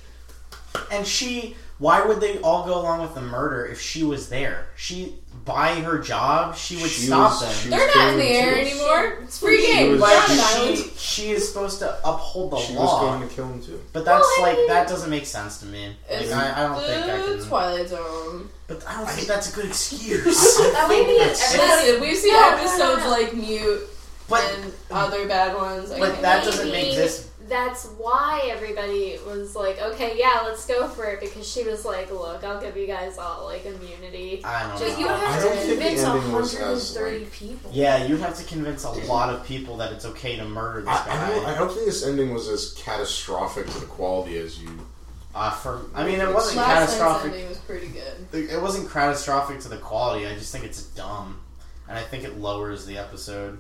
S4: And she, why would they all go along with the murder if she was there? She, by her job, she would
S1: She
S4: stop
S1: was-
S4: them.
S1: she was
S2: They're not in the
S1: going
S2: air
S1: to-
S2: anymore. It's free
S1: She
S2: game.
S1: was-
S2: We're on an
S4: But she,
S2: island.
S4: she is supposed to uphold the
S1: She was
S4: law.
S1: going to kill him too.
S4: But that's
S2: Well, I
S4: like
S2: mean-
S4: that doesn't make sense to me. Like,
S2: It's
S4: I, I don't think I
S2: the
S4: can.
S2: Twilight Zone.
S4: But I don't think that's a good excuse.
S6: That would be an
S4: It's-
S6: episode.
S2: Listen, we've seen
S5: Yeah,
S2: episodes
S5: yeah.
S2: like Mute
S4: but
S2: and other bad ones. I
S4: but
S2: can't-
S4: that doesn't make
S5: Maybe
S4: this.
S5: That's why everybody was like, okay, yeah, let's go for it because she was like, look, I'll give you guys all like immunity.
S4: I don't
S6: But
S4: know.
S6: you would
S1: I
S6: have
S1: don't
S6: to
S1: think the
S6: convince
S1: ending was as,
S6: 130
S1: like-
S6: people.
S4: yeah, you'd have to convince a lot of people that it's okay to murder this
S1: I, I, don't,
S4: guy.
S1: I don't think this ending was as catastrophic to the quality as you.
S4: uh, for I mean, it wasn't
S2: Last night's
S4: catastrophic.
S2: ending was pretty good.
S4: It wasn't catastrophic to the quality. I just think it's dumb, and I think it lowers the episode.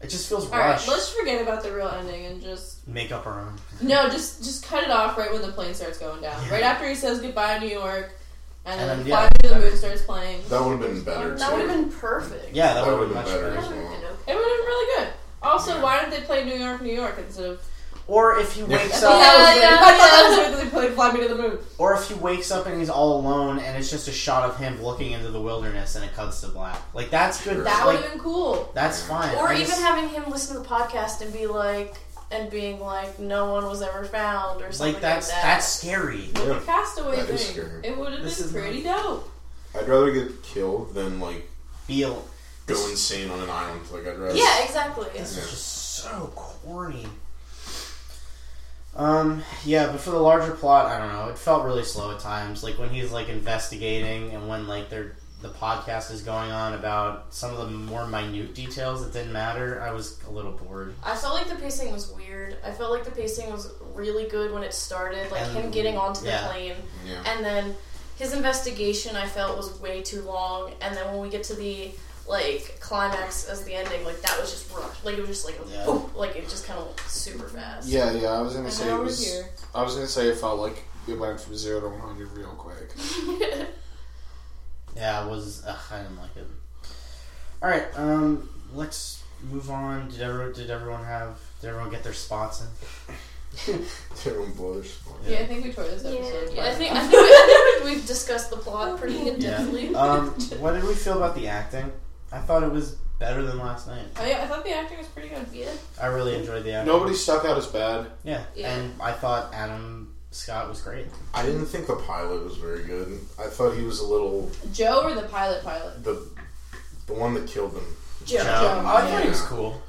S4: It just feels
S2: All right,
S4: rushed.
S2: let's forget about the real ending and just
S4: Make up our own.
S2: no, just just cut it off right when the plane starts going down.
S4: Yeah.
S2: Right after he says goodbye, New York, and,
S4: And
S2: then,
S4: then,
S2: Fly
S4: yeah,
S2: Me to the
S4: better.
S2: Moon starts playing.
S1: That would have been better.
S6: That
S1: too.
S6: would have been perfect.
S4: Yeah, that,
S1: That
S4: would have
S1: would've
S4: been much
S1: been better.
S4: better.
S5: That would've been okay.
S2: It would have been really good. Also,
S1: Yeah.
S2: why did they play New York, New York instead of?
S4: Or if he
S1: Yeah.
S4: wakes
S2: I thought
S4: up,
S2: that was weird.
S6: yeah,
S2: I thought that was
S6: yeah.
S2: weird that they played Fly Me to the Moon.
S4: or if he wakes up and he's all alone, and it's just a shot of him looking into the wilderness, and it cuts to black. Like that's good.
S2: That would
S4: like
S2: have been cool.
S4: that's fine.
S6: Or
S4: I
S6: even
S4: just-
S6: having him listen to the podcast and be like, and being like, no one was ever found or something
S4: like
S6: like,
S4: that's
S6: that.
S4: that's scary.
S2: With
S1: Yeah.
S2: the castaway
S1: That
S2: thing,
S1: is scary.
S2: it would have
S4: This
S2: been
S4: is
S2: pretty dope.
S1: I'd rather get killed than like
S4: Be a,
S1: go
S4: This-
S1: insane on an island. Like I'd rather.
S6: yeah, exactly.
S4: This
S1: Yeah.
S4: is just so corny. Um, yeah, but for the larger plot, I don't know. It felt really slow at times. Like when he's like investigating, and when like they're the podcast is going on about some of the more minute details that didn't matter. I was a little bored.
S6: I felt like the pacing was weird. I felt like the pacing was really good when it started, like him
S4: And-
S6: getting onto the
S4: yeah.
S6: plane,
S1: Yeah.
S6: and then his investigation I felt was way too long, and then when we get to the like climax as the ending, like that was just rushed. Like it was just like
S4: Yeah.
S6: boom, like it just kind of went super fast.
S3: Yeah, yeah. I was gonna
S2: And
S3: say it
S2: now we're
S3: was.
S2: here.
S3: I was gonna say it felt like it went from zero to one hundred real quick.
S4: Yeah, it was. Ugh, I didn't like it. All right, um, let's move on. Did everyone? Did everyone have? Did everyone get their spots in?
S1: Everyone blow their spot.
S2: Yeah, I think we tore this
S5: Yeah.
S2: episode.
S6: Yeah, I
S2: apart.
S6: think I think, we, I think we've discussed the plot pretty in
S4: Yeah.
S6: depthly.
S4: Um, what did we feel about the acting? I thought it was better than last night.
S2: Oh, yeah, I thought the acting was pretty good.
S6: Yeah.
S4: I really enjoyed the acting.
S3: Nobody stuck out as bad.
S4: Yeah.
S6: Yeah.
S4: and I thought Adam Scott was great.
S1: I didn't think the pilot was very good. I thought he was a little
S2: Joe or the pilot pilot?
S1: the the one that killed him.
S6: Joe.
S2: Joe.
S4: I thought he
S1: yeah.
S4: was cool.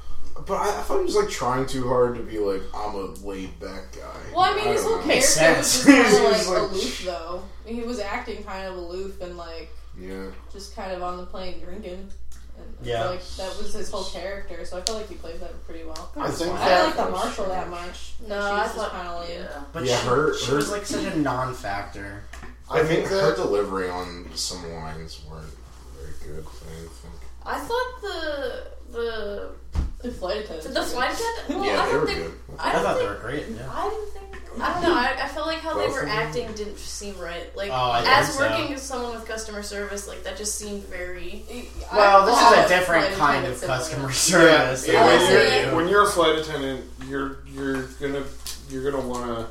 S1: But I, I thought he was like trying too hard to be like I'm a laid back guy.
S2: Well, I mean, his whole
S1: don't know.
S2: character
S4: Makes sense.
S2: was just kind of
S1: He
S2: like,
S1: was like-
S2: aloof, though. He was acting kind of aloof and like
S1: Yeah.
S2: just kind of on the plane drinking. And I
S4: Yeah.
S2: feel like that was his whole character. So I felt like he played that pretty well.
S3: I think
S2: I don't
S3: that
S2: like the
S3: was-
S2: marshal that much.
S6: No,
S2: She
S6: I
S2: was just
S6: thought
S2: kind of lame.
S6: yeah.
S4: But
S1: Yeah,
S4: she,
S1: her-
S4: she
S1: her-
S4: was like such a non-factor.
S1: I,
S3: I
S1: think
S3: think
S1: her
S3: that
S1: delivery on some lines weren't very good. I didn't think.
S6: I thought the the
S2: The flight attendant.
S6: the flight attendant. Well,
S1: yeah,
S6: I
S1: they
S6: don't
S1: were
S6: think.
S1: good.
S6: I
S4: I,
S6: don't
S4: thought
S6: think.
S4: they were great. Yeah.
S6: I didn't think. I don't know. I, I felt like how they
S1: Both
S6: were
S1: of them?
S6: acting didn't seem right. Like
S4: Oh, I
S6: as
S4: think so.
S6: working as someone with customer service, like that just seemed very.
S2: I-
S4: Well, this
S2: I
S4: is a
S2: thought
S4: different
S2: flight
S4: kind of
S2: attendants similar.
S4: customer service.
S3: Yeah,
S6: I
S3: when,
S6: see
S3: you're,
S6: it.
S3: when you're a flight attendant, you're you're gonna you're gonna wanna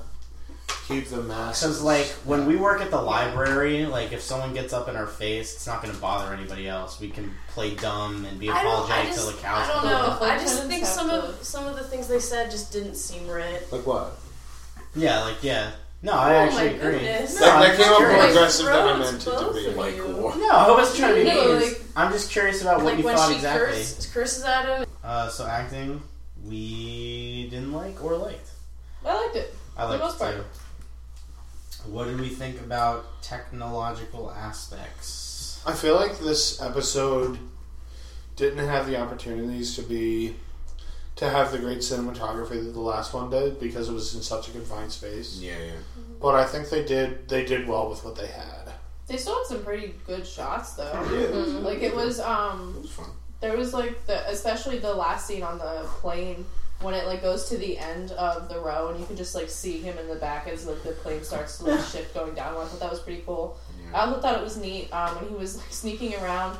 S3: keep the mask.
S4: Because like when we work at the library, like if someone gets up in our face, it's not going to bother anybody else. We can play dumb and be
S6: I don't. I
S4: apologetic till
S6: just.
S4: the cows.
S6: I don't
S4: come home.
S6: know.
S2: Flight
S6: I just
S2: attendants
S6: think
S2: have
S6: some
S2: to-
S6: of some of the things they said just didn't seem right.
S3: like what?
S4: Yeah, like yeah. No, I
S6: oh
S4: actually
S6: my
S4: agree.
S6: goodness.
S4: No,
S3: That-
S4: I'm
S3: that came
S4: just
S3: off more
S4: curious.
S3: aggressive than I
S6: Rhodes,
S3: meant it to
S6: both
S3: be.
S6: of
S1: Like
S6: you.
S1: what?
S4: No, I was trying to be.
S2: No,
S4: nice.
S2: like-
S4: I'm just curious about what
S6: Like
S4: you
S6: when
S4: thought
S6: she
S4: exactly.
S6: curse, curses at him.
S4: Uh, so acting, we didn't like or liked.
S2: I liked it.
S4: I
S2: For the
S4: liked
S2: most part.
S4: it too. What did we think about technological aspects?
S3: I feel like this episode didn't have the opportunities to be to have the great cinematography that the last one did because it was in such a confined space.
S1: Yeah, yeah.
S3: But I think they did they did well with what they had.
S2: They still had some pretty good shots though.
S1: Yeah, it was,
S2: Like it was um
S1: it was fun.
S2: there was like the especially the last scene on the plane when it like goes to the end of the row and you can just like see him in the back as like the plane starts to like shift going down. I thought that was pretty cool.
S1: Yeah.
S2: I also thought it was neat um, when he was like sneaking around,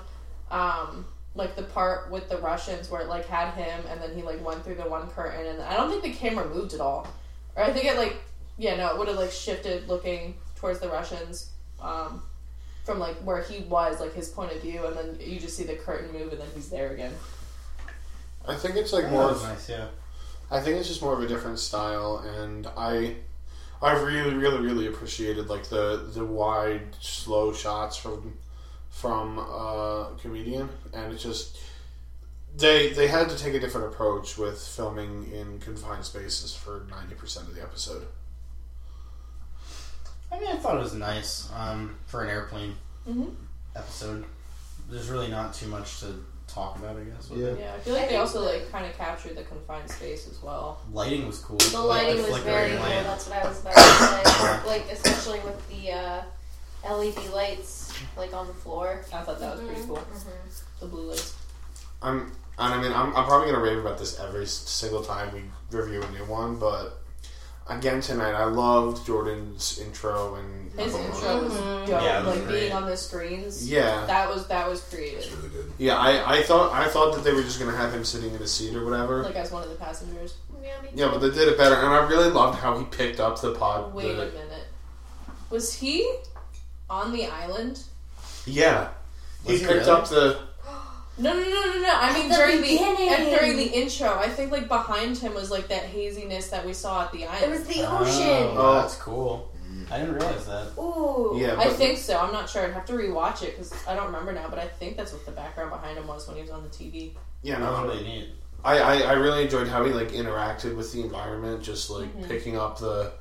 S2: um, like the part with the Russians where it like had him and then he like went through the one curtain and I don't think the camera moved at all, or I think it like yeah no it would have like shifted looking towards the Russians. Um, from like where he was, like his point of view, and then you just see the curtain move, and then he's there again.
S3: I think it's like
S4: That
S3: more
S4: was
S3: of-
S4: nice, yeah.
S3: I think it's just more of a different style, and I, I really, really, really appreciated like the the wide, slow shots from from uh, comedian, and it's just they they had to take a different approach with filming in confined spaces for ninety percent of the episode.
S4: I mean, I thought it was nice um, for an airplane
S2: Mhm.
S4: episode. There's really not too much to talk about, I guess. with
S3: Yeah.
S4: it.
S2: Yeah, I feel like
S5: I
S2: they
S5: think
S2: also
S5: the-
S2: like kind of captured the confined space as well.
S4: Lighting was cool.
S5: The
S4: Like,
S5: lighting was
S4: flickering
S5: very cool.
S4: light.
S5: That's what I was about to say. like especially with the uh, LED lights like on the floor.
S2: I thought that was pretty cool.
S5: Mm-hmm.
S2: The blue lights.
S3: I'm, and I mean, I'm, I'm probably gonna rave about this every s- single time we review a new one, but again tonight, I loved Jordan's intro and
S2: His intro was dope.
S4: Yeah, it was
S2: like
S4: great.
S2: being on the screens.
S3: yeah.
S2: That was that was creative.
S1: It's really good.
S3: Yeah, I, I thought I thought that they were just gonna have him sitting in a seat or whatever.
S2: Like as one of the passengers.
S5: Yeah, me too.
S3: yeah, but they did it better, and I really loved how he picked up the pod.
S2: Wait a
S3: the-
S2: minute. Was he on the island?
S3: yeah, he
S4: Was he
S3: picked
S4: really?
S3: up the.
S2: No, no, no, no, no. I mean
S5: the
S2: during
S5: beginning.
S2: the and during the intro, I think like behind him was like that haziness that we saw at the
S5: It
S2: island.
S5: was the
S4: Oh,
S5: ocean.
S3: Oh.
S4: that's cool. I didn't realize that.
S5: Ooh.
S3: Yeah,
S2: I
S3: but-
S2: think so. I'm not sure. I'd have to rewatch it because I don't remember now. But I think that's what the background behind him was when he was on the TV.
S3: Yeah,
S4: That was
S3: no,
S4: really neat.
S3: I, I I really enjoyed how he like interacted with the environment, just like
S2: Mhm.
S3: picking up the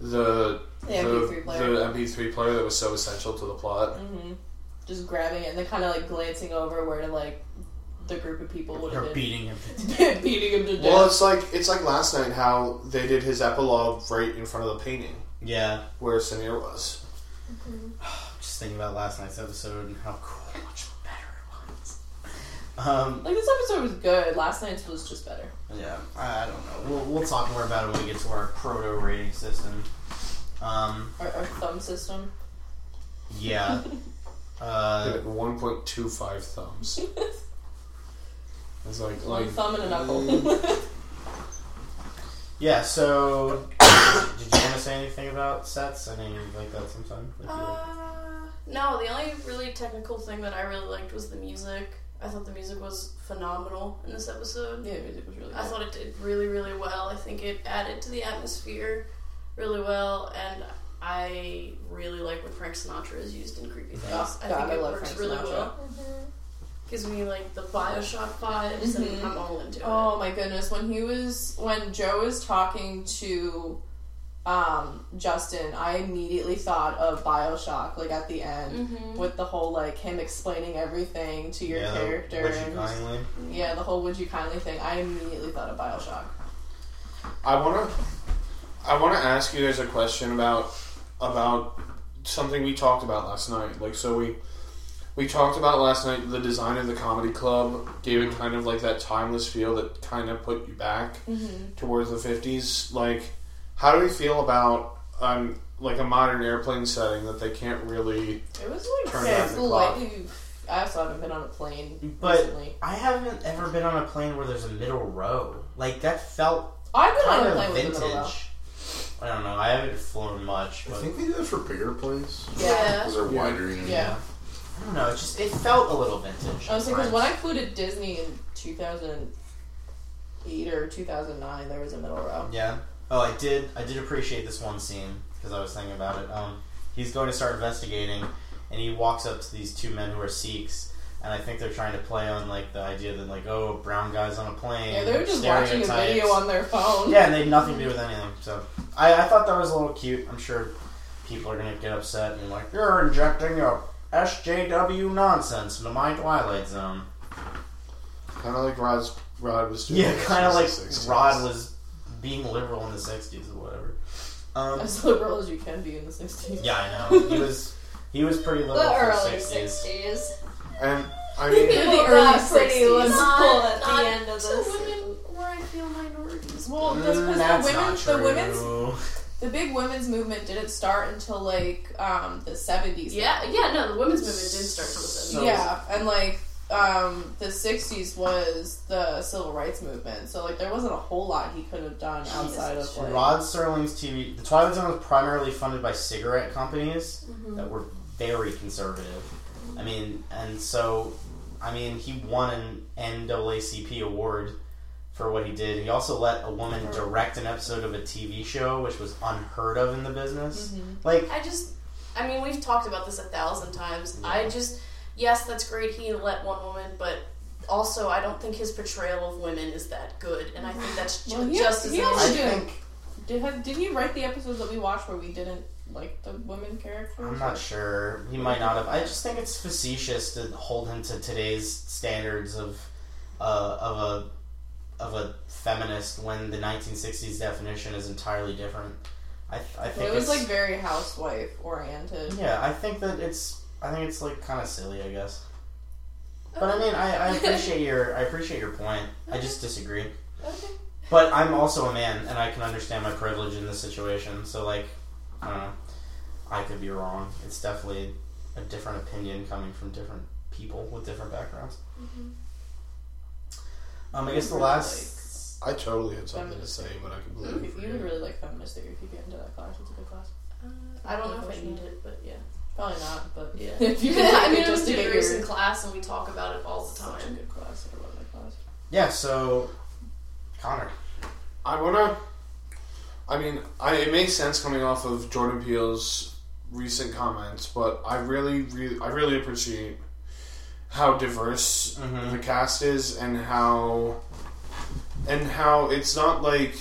S3: the
S2: The MP3 player.
S3: the MP3 player that was so essential to the plot.
S2: hmm Just grabbing it and then kind of like glancing over where to like the group of people would
S4: They're
S2: have been
S4: beating him.
S2: beating him to death.
S3: Well, it's like it's like last night how they did his epilogue right in front of the painting
S4: Yeah.
S3: where Samir was.
S4: Just thinking about last night's episode and how cool, much better it was. Um,
S2: like this episode was good. Last night's was just better.
S4: yeah, I I don't know. We'll, we'll talk more about it when we get to our proto rating system. Um,
S2: Our, our thumb system.
S4: yeah. Uh,
S3: Like 1.25 thumbs. It's like
S2: One
S3: like
S2: thumb and a
S3: mm,
S2: knuckle.
S4: Yeah, so did you want to say anything about sets? I mean, like that sometime. If you-
S6: Uh, no, the only really technical thing that I really liked was the music. I thought the music was phenomenal in this episode.
S2: yeah, the music was really
S6: I
S2: good.
S6: thought it did really, really well. I think it added to the atmosphere really well, and I really like when Frank Sinatra is used in creepy things.
S2: Oh,
S6: I
S2: God,
S6: think
S2: I
S6: it
S2: love
S6: works
S2: Frank
S6: really
S2: Sinatra.
S6: well. Gives me like the Bioshock vibes,
S2: Mhm.
S6: and I'm all into
S2: Oh my goodness! When he was when Joe was talking to um, Justin, I immediately thought of Bioshock. Like at the
S6: it.
S2: end.
S6: Mm-hmm.
S2: With the whole like him explaining everything to your
S4: yeah,
S2: character,
S4: Would you
S2: and
S4: kindly?
S2: yeah, the whole "would you kindly" thing, I immediately thought of Bioshock.
S3: I wanna I wanna ask you guys a question about about something we talked about last night. Like so we we talked about last night the design of the comedy club gave it kind of like that timeless feel that kind of put you back towards the fifties. Like how do we feel about um like a modern airplane setting that they can't really
S2: It was
S3: Turn
S2: like
S3: back the clock.
S2: slightly. I also haven't been on a plane
S4: But-
S2: recently.
S4: I haven't ever been on a plane where there's a middle row. Like that felt
S2: I've been
S4: kind
S2: on a
S4: of
S2: plane with
S4: vintage.
S2: the middle row.
S4: I don't know. I haven't flown much,
S1: I
S4: but
S1: think they did it for bigger planes.
S2: Yeah.
S1: Those are
S3: Yeah.
S1: wider. you know.
S2: Yeah.
S4: I don't know. It just it felt a little vintage.
S2: I was like, because
S4: at
S2: when I
S4: times.
S2: flew to Disney in 2008 or 2009, there was a middle row.
S4: yeah. Oh, I did. I did appreciate this one scene because I was thinking about it. Um, he's going to start investigating, and he walks up to these two men who are Sikhs. And I think they're trying to play on like the idea that like oh brown guys on a plane.
S2: Yeah, they were just watching a
S4: stereotypes.
S2: video on their phone.
S4: Yeah, and they had nothing to do with anything. So I, I thought that was a little cute. I'm sure people are gonna get upset and like, you're injecting your SJW nonsense into my Twilight Zone.
S3: Kind of like Rod's, Rod was doing.
S4: Yeah,
S3: this
S4: kind of
S3: in
S4: like
S3: the 60s.
S4: Rod was being liberal in the '60s or whatever. Um,
S2: As liberal as you can be in the 60s.
S4: yeah, I know he was. He was pretty liberal
S5: The
S4: for
S5: early
S4: the '60s.
S5: sixties.
S3: And I mean,
S2: the
S5: Well,
S2: early
S5: not pretty
S2: 60s.
S5: liberal
S6: Not-
S5: at
S6: not
S5: the end of
S6: So
S5: this.
S6: women where I feel minorities.
S2: Well, that's
S4: Mm,
S2: because
S4: that's
S2: the women,
S4: not true.
S2: the women's, the big women's movement didn't start until like um, the 70s.
S6: Yeah, yeah, no, the women's movement did start from the
S4: So-
S6: 70s.
S2: Yeah, and like um, the '60s was the civil rights movement, so like there wasn't a whole lot he could have done outside
S6: Jesus.
S2: of like.
S4: Rod Serling's TV. The Twilight Zone was primarily funded by cigarette companies
S2: Mm-hmm.
S4: that were very conservative. I mean, and so, I mean, he won an NAACP award for what he did. He also let a woman
S2: Mm-hmm.
S4: direct an episode of a TV show, which was unheard of in the business.
S2: Mhm.
S4: Like,
S6: I just, I mean, we've talked about this a thousand times. I just, yes, that's great. He let one woman, but also, I don't think his portrayal of women is that good, and I think that's ju-
S2: Well, he-
S6: just as
S2: he
S6: an
S2: also
S4: I
S6: issue.
S2: did-
S4: think
S2: Did had, didn't you write the episodes that we watched where we didn't like the women characters?
S4: I'm not sure. He might not have. I just think it's facetious to hold him to today's standards of uh, of a of a feminist when the 1960s definition is entirely different. I, I
S2: But
S4: think
S2: it was
S4: it's-
S2: like very housewife oriented.
S4: yeah. I think that it's I think it's like kind of silly. I guess. But I mean, I, I appreciate your I appreciate your point. I just disagree.
S2: Okay.
S4: But I'm also a man, and I can understand my privilege in this situation. So, like, I don't know. I could be wrong. It's definitely a different opinion coming from different people with different backgrounds. Um, I guess the
S2: Really,
S4: last.
S3: I totally had something to say, but I
S6: Mm-hmm.
S3: completely
S2: If you would
S3: forget.
S2: really like feminist theory if you get into that class. It's a good class.
S6: Uh, I don't know if I need it, but yeah.
S2: Probably not, but
S6: Yeah.
S2: if you
S6: I
S2: can
S6: mean,
S2: it
S6: it was
S2: just to get your
S6: degrees in class, and we talk about it all the
S2: such a
S6: time.
S2: good class. I love that class.
S4: Yeah, so. Connor.
S3: I wanna. I mean, I, it makes sense coming off of Jordan Peele's recent comments, but I really, really, I really appreciate how diverse
S4: Mhm.
S3: the cast is and how and how it's not like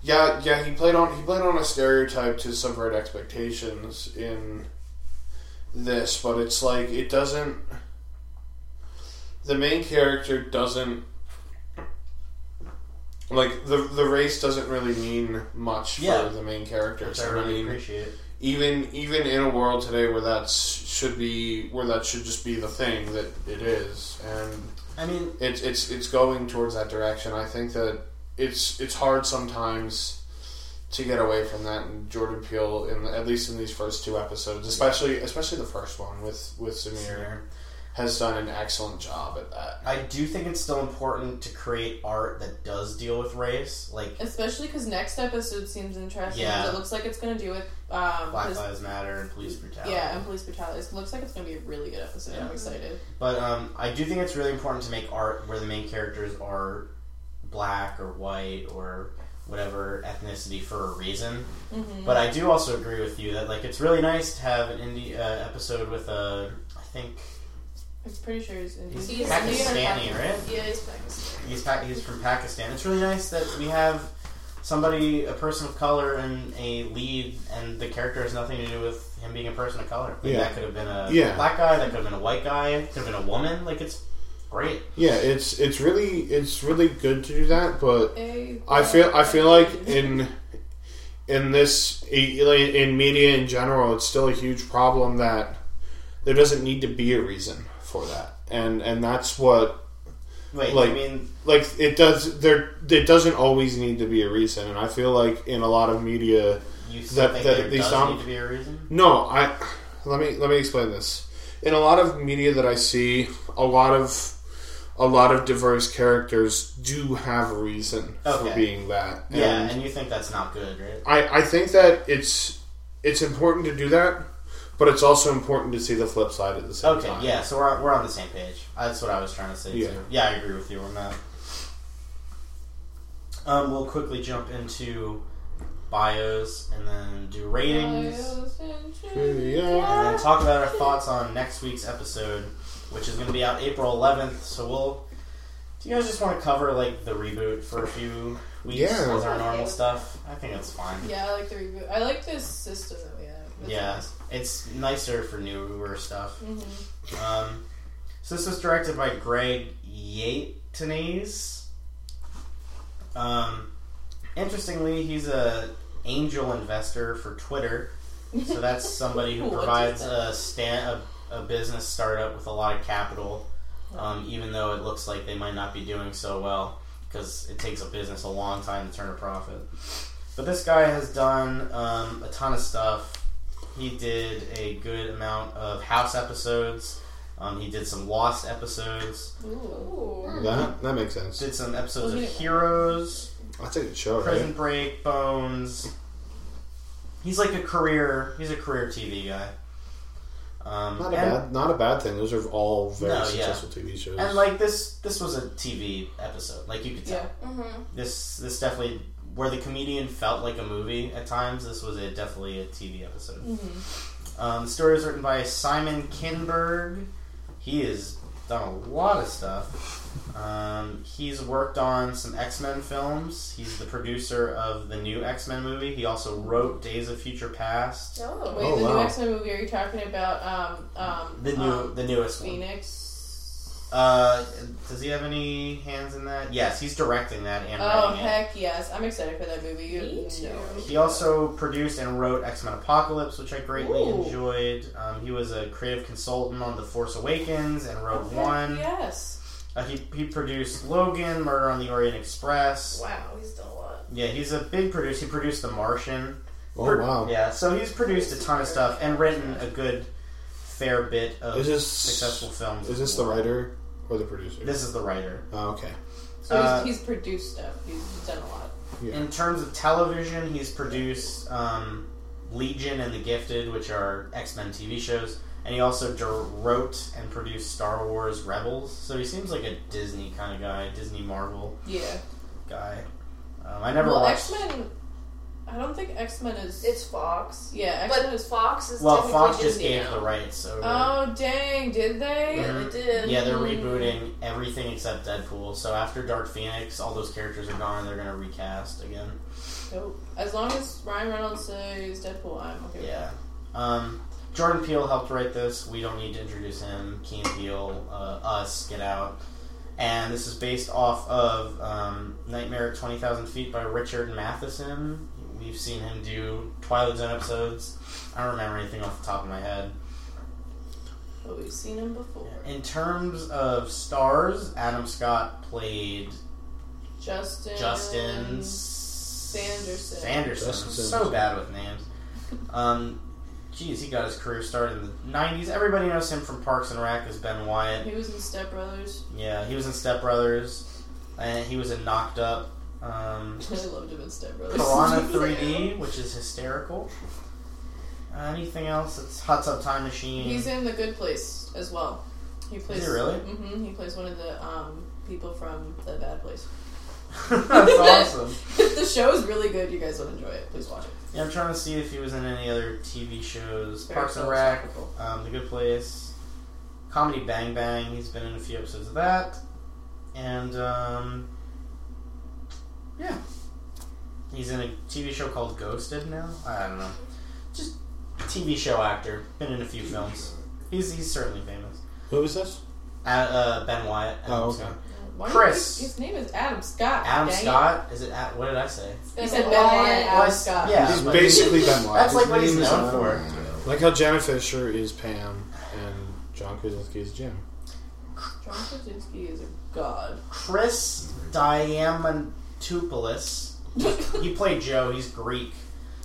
S3: yeah yeah he played on he played on a stereotype to subvert expectations in this but it's like it doesn't the main character doesn't like the the race doesn't really mean much
S4: Yeah.
S3: for the main character
S4: Which
S3: so
S4: I
S3: I
S4: really
S3: mean,
S4: appreciate.
S3: even even in a world today where that should be where that should just be the thing that it is and
S4: I mean,
S3: it's it's it's going towards that direction i think that it's it's hard sometimes to get away from that and jordan peele in the, at least in these first two episodes especially especially the first one with with samir has done an excellent job at that
S4: I do think it's still important to create art that does deal with race. Like,
S2: Especially because next episode seems interesting. 'cause
S4: Yeah.
S2: It looks like it's going to do with um,
S4: Black
S2: this-
S4: Lives Matter and police brutality.
S2: yeah, and police brutality. It looks like it's going to be a really good episode.
S4: Yeah.
S2: I'm excited.
S4: But um, I do think it's really important to make art where the main characters are black or white or whatever ethnicity for a reason.
S2: Mm-hmm.
S4: But I do also agree with you that like it's really nice to have an indie uh, episode with a I think
S2: I'm pretty sure he's in
S4: he's
S6: He's
S4: Pakistani,
S2: Indian or
S4: right?
S6: Yeah, he's Pakistan.
S4: He's pa- he's from Pakistan. It's really nice that we have somebody a person of color and a lead, and the character has nothing to do with him being a person of color. Like,
S3: Yeah.
S4: That could have been a
S3: Yeah.
S4: black guy. That could have been a white guy. Could have been a woman. Like it's great.
S3: yeah it's it's really it's really good to do that but
S2: A-
S3: I feel I feel like in in this e, in media in general, it's still a huge problem that there doesn't need to be a reason for that, and and that's what
S4: Wait, I
S3: Like-
S4: mean
S3: like it does there it doesn't always need to be a reason, and I feel like in a lot of media,
S4: you
S3: That-
S4: think
S3: that
S4: there
S3: at least
S4: does
S3: I'm-
S4: need to be a reason?
S3: no, I let me let me explain this. In a lot of media that I see, a lot of a lot of diverse characters do have a reason
S4: Okay.
S3: for being that.
S4: yeah,
S3: and-
S4: and you think that's not good, right?
S3: I, I think that it's it's important to do that, but it's also important to see the flip side at the same
S4: Okay,
S3: time.
S4: yeah, so we're, we're on the same page. That's what I was trying to say,
S3: Yeah.
S4: too. Yeah, I agree with you on that. Um, we'll quickly jump into bios and then do ratings
S3: Yeah.
S4: and then talk about our thoughts on next week's episode, which is going to be out April 11th. So we'll. Do you guys just want to cover, like, the reboot for a few weeks
S3: Yeah.
S4: as our normal stuff? I think it's fine.
S2: Yeah, I like the reboot. I like this system that we have. Mm-hmm.
S4: Yeah, it's nicer for newer stuff.
S2: hmm
S4: Um, So this was directed by Greg Yates. Um, interestingly, he's a angel investor for Twitter. So that's somebody who
S2: What is
S4: provides
S2: that?
S4: a, stand, a, a business startup with a lot of capital, um, even though it looks like they might not be doing so well because it takes a business a long time to turn a profit. But this guy has done um, a ton of stuff. He did a good amount of House episodes. Um, he did some Lost episodes.
S2: Ooh.
S5: Ooh.
S3: That, that makes sense.
S4: Did some episodes
S2: Well,
S4: of
S2: he-
S4: Heroes,
S3: That's a good show,
S4: Prison
S3: right?
S4: Break, Bones. He's like a career. He's a career TV guy. Um,
S3: Not a
S4: and,
S3: bad, not a bad thing. Those are all very
S4: No, yeah.
S3: successful TV shows.
S4: And like this, this was a TV episode. Like you could tell.
S2: Yeah.
S6: Mm-hmm.
S4: This, this definitely where the comedian felt like a movie at times. This was a definitely a TV episode.
S2: Mm-hmm.
S4: Um, the story was written by Simon Kinberg. He has done a lot of stuff. Um, he's worked on some X Men films. He's the producer of the new X Men movie. He also wrote Days of Future Past,
S2: Oh, wait,
S3: Oh,
S2: the new
S3: wow.
S2: X Men movie? Are you talking about um um
S4: the new
S2: um,
S4: the newest one.
S2: Phoenix?
S4: Uh, does he have any hands in that? Yes, he's directing that and
S2: oh
S4: writing it.
S2: heck yes! I'm excited for that movie. You
S6: Me
S2: have
S6: too.
S2: no
S4: He also produced and wrote X Men Apocalypse, which I greatly
S2: Ooh.
S4: enjoyed. Um, he was a creative consultant on The Force Awakens and Rogue One.
S2: Yes.
S4: Uh, he, he produced Logan, Murder on the Orient Express.
S6: Wow, he's done a lot.
S4: Yeah, he's a big producer. He produced The Martian.
S3: oh
S4: Pro-
S3: wow,
S4: Yeah, so he's produced a ton of stuff and written a good fair bit of
S3: is this
S4: successful films.
S3: Is this the writer or the producer?
S4: This is the writer.
S3: oh, okay.
S2: So
S4: Uh,
S2: he's, he's produced stuff. He's done a lot.
S3: Yeah.
S4: In terms of television, he's produced um, Legion and The Gifted, which are X Men TV shows, and he also dir- wrote and produced Star Wars Rebels. So he seems like a Disney kind of guy, Disney Marvel
S2: Yeah.
S4: guy. Um, I never
S2: well,
S4: watched.
S2: X Men. I don't think X Men is.
S6: It's Fox.
S2: yeah. X
S6: But
S2: Men is.
S6: Fox is
S4: Well,
S6: technically
S4: Fox just
S6: Disney
S4: gave
S6: now.
S4: the rights over.
S2: Oh dang! Did they?
S6: Yeah,
S4: Mhm.
S6: they did. Hmm.
S4: yeah, they're
S2: Mhm.
S4: rebooting everything except Deadpool. So after Dark Phoenix, all those characters are gone. They're gonna recast again.
S2: Dope. As long as Ryan Reynolds says Deadpool, I'm okay. with
S4: Yeah. Um, Jordan Peele helped write this. We don't need to introduce him. Keen Peele, uh, Us, Get Out. And this is based off of um, Nightmare at 20,000 Feet by Richard Matheson. We've seen him do Twilight Zone episodes. I don't remember anything off the top of my head.
S2: it. But we've seen him before.
S4: In terms of stars, Adam Scott played
S2: Justin.
S4: Justin
S2: Sanderson.
S4: Sanderson. Sanderson.
S3: Justin
S4: I'm
S3: Sanderson.
S4: So bad with names. Um, geez, he got his career started in the '90s. Everybody knows him from Parks and Rec as Ben Wyatt.
S2: He was in Step Brothers.
S4: Yeah, he was in Step Brothers, and he was in Knocked Up. Um,
S2: I loved him in Step Brothers.
S4: Piranha 3D, which is hysterical. Uh, anything else? It's Hot Tub Time Machine.
S2: He's in The Good Place as well. He plays.
S4: he really?
S2: hmm He plays one of the um, people from The Bad Place.
S4: That's awesome.
S2: the show is really good. You guys would enjoy it. Please watch it.
S4: Yeah, I'm trying to see if he was in any other TV shows.
S2: Very
S4: Parks and Rec.
S2: philosophical.
S4: Um, the Good Place, Comedy Bang Bang. He's been in a few episodes of that, and um, yeah, he's in a TV show called Ghosted now. I don't know, just TV show actor. Been in a few films. He's he's certainly famous.
S3: Who is this?
S4: Uh, uh, ben Wyatt. Adam
S3: Oh, okay.
S4: Scott.
S2: Why do
S4: Chris.
S2: you- His name is Adam Scott.
S4: Adam
S2: dang it.
S4: Scott. Is it? At, what did I say?
S2: You said Ben Wyatt,
S4: Well, I
S2: Adam
S4: s-
S2: Scott.
S4: Yeah,
S3: He's
S4: but-
S3: basically Ben Wyatt.
S4: That's like
S3: His
S4: what he's
S3: name is
S4: known
S3: Adam
S4: for.
S3: Wyatt. Like how Jenna Fisher is Pam and John Krasinski is Jim.
S2: John Krasinski is a god.
S4: Chris Diamantopoulos. He played Joe. He's Greek.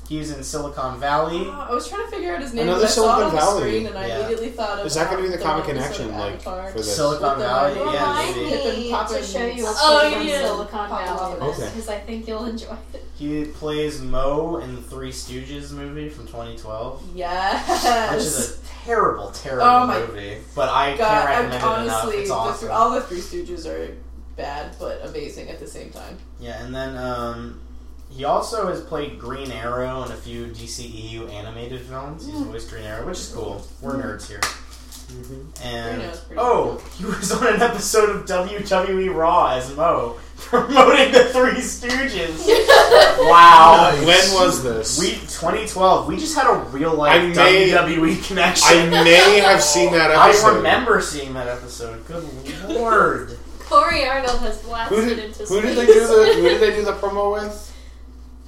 S4: He's in Silicon Valley.
S2: Ah, I was trying to figure out his name.
S3: Another
S2: but I saw it on
S3: Silicon
S2: the
S3: Valley.
S2: screen, and I
S4: Yeah.
S2: immediately thought of
S3: Is that going
S2: um,
S3: to be the
S2: the
S3: comic
S2: one episode
S3: connection,
S2: of
S3: like
S2: Avatar.
S3: for this?
S4: Silicon
S2: With the-
S4: Valley. Yeah,
S5: Remind
S4: maybe.
S5: me to show you a
S6: Oh,
S5: clip from
S6: yeah.
S5: Silicon Valley
S3: Okay.
S5: because I think you'll enjoy it.
S4: He plays Mo in the Three Stooges movie from 2012,
S2: Yes.
S4: Oh. which is a terrible, terrible
S2: Oh my
S4: movie. But I
S2: God,
S4: can't recommend
S2: I'm
S4: it enough.
S2: honestly,
S4: It's
S2: the thr-
S4: awesome.
S2: all the Three Stooges are bad but amazing at the same time.
S4: yeah, and then um, he also has played Green E
S2: Mm.
S4: Arrow in a few DCEU animated films. He's voiced Green Arrow, which is cool. We're nerds here. And
S2: Bruno's pretty
S4: oh, he was on an episode of WWE Raw as Mo, promoting the Three Stooges. wow.
S1: Nice.
S3: When was this?
S4: We 2012. We just had a real life
S3: I may-
S4: WWE
S3: I
S4: connection.
S3: may have seen that
S4: I,
S3: episode.
S4: remember seeing that episode. Good lord.
S5: Corey Arnold has blasted
S3: Who did,
S5: into
S3: who did they
S5: space.
S3: do the Who did they do the promo with?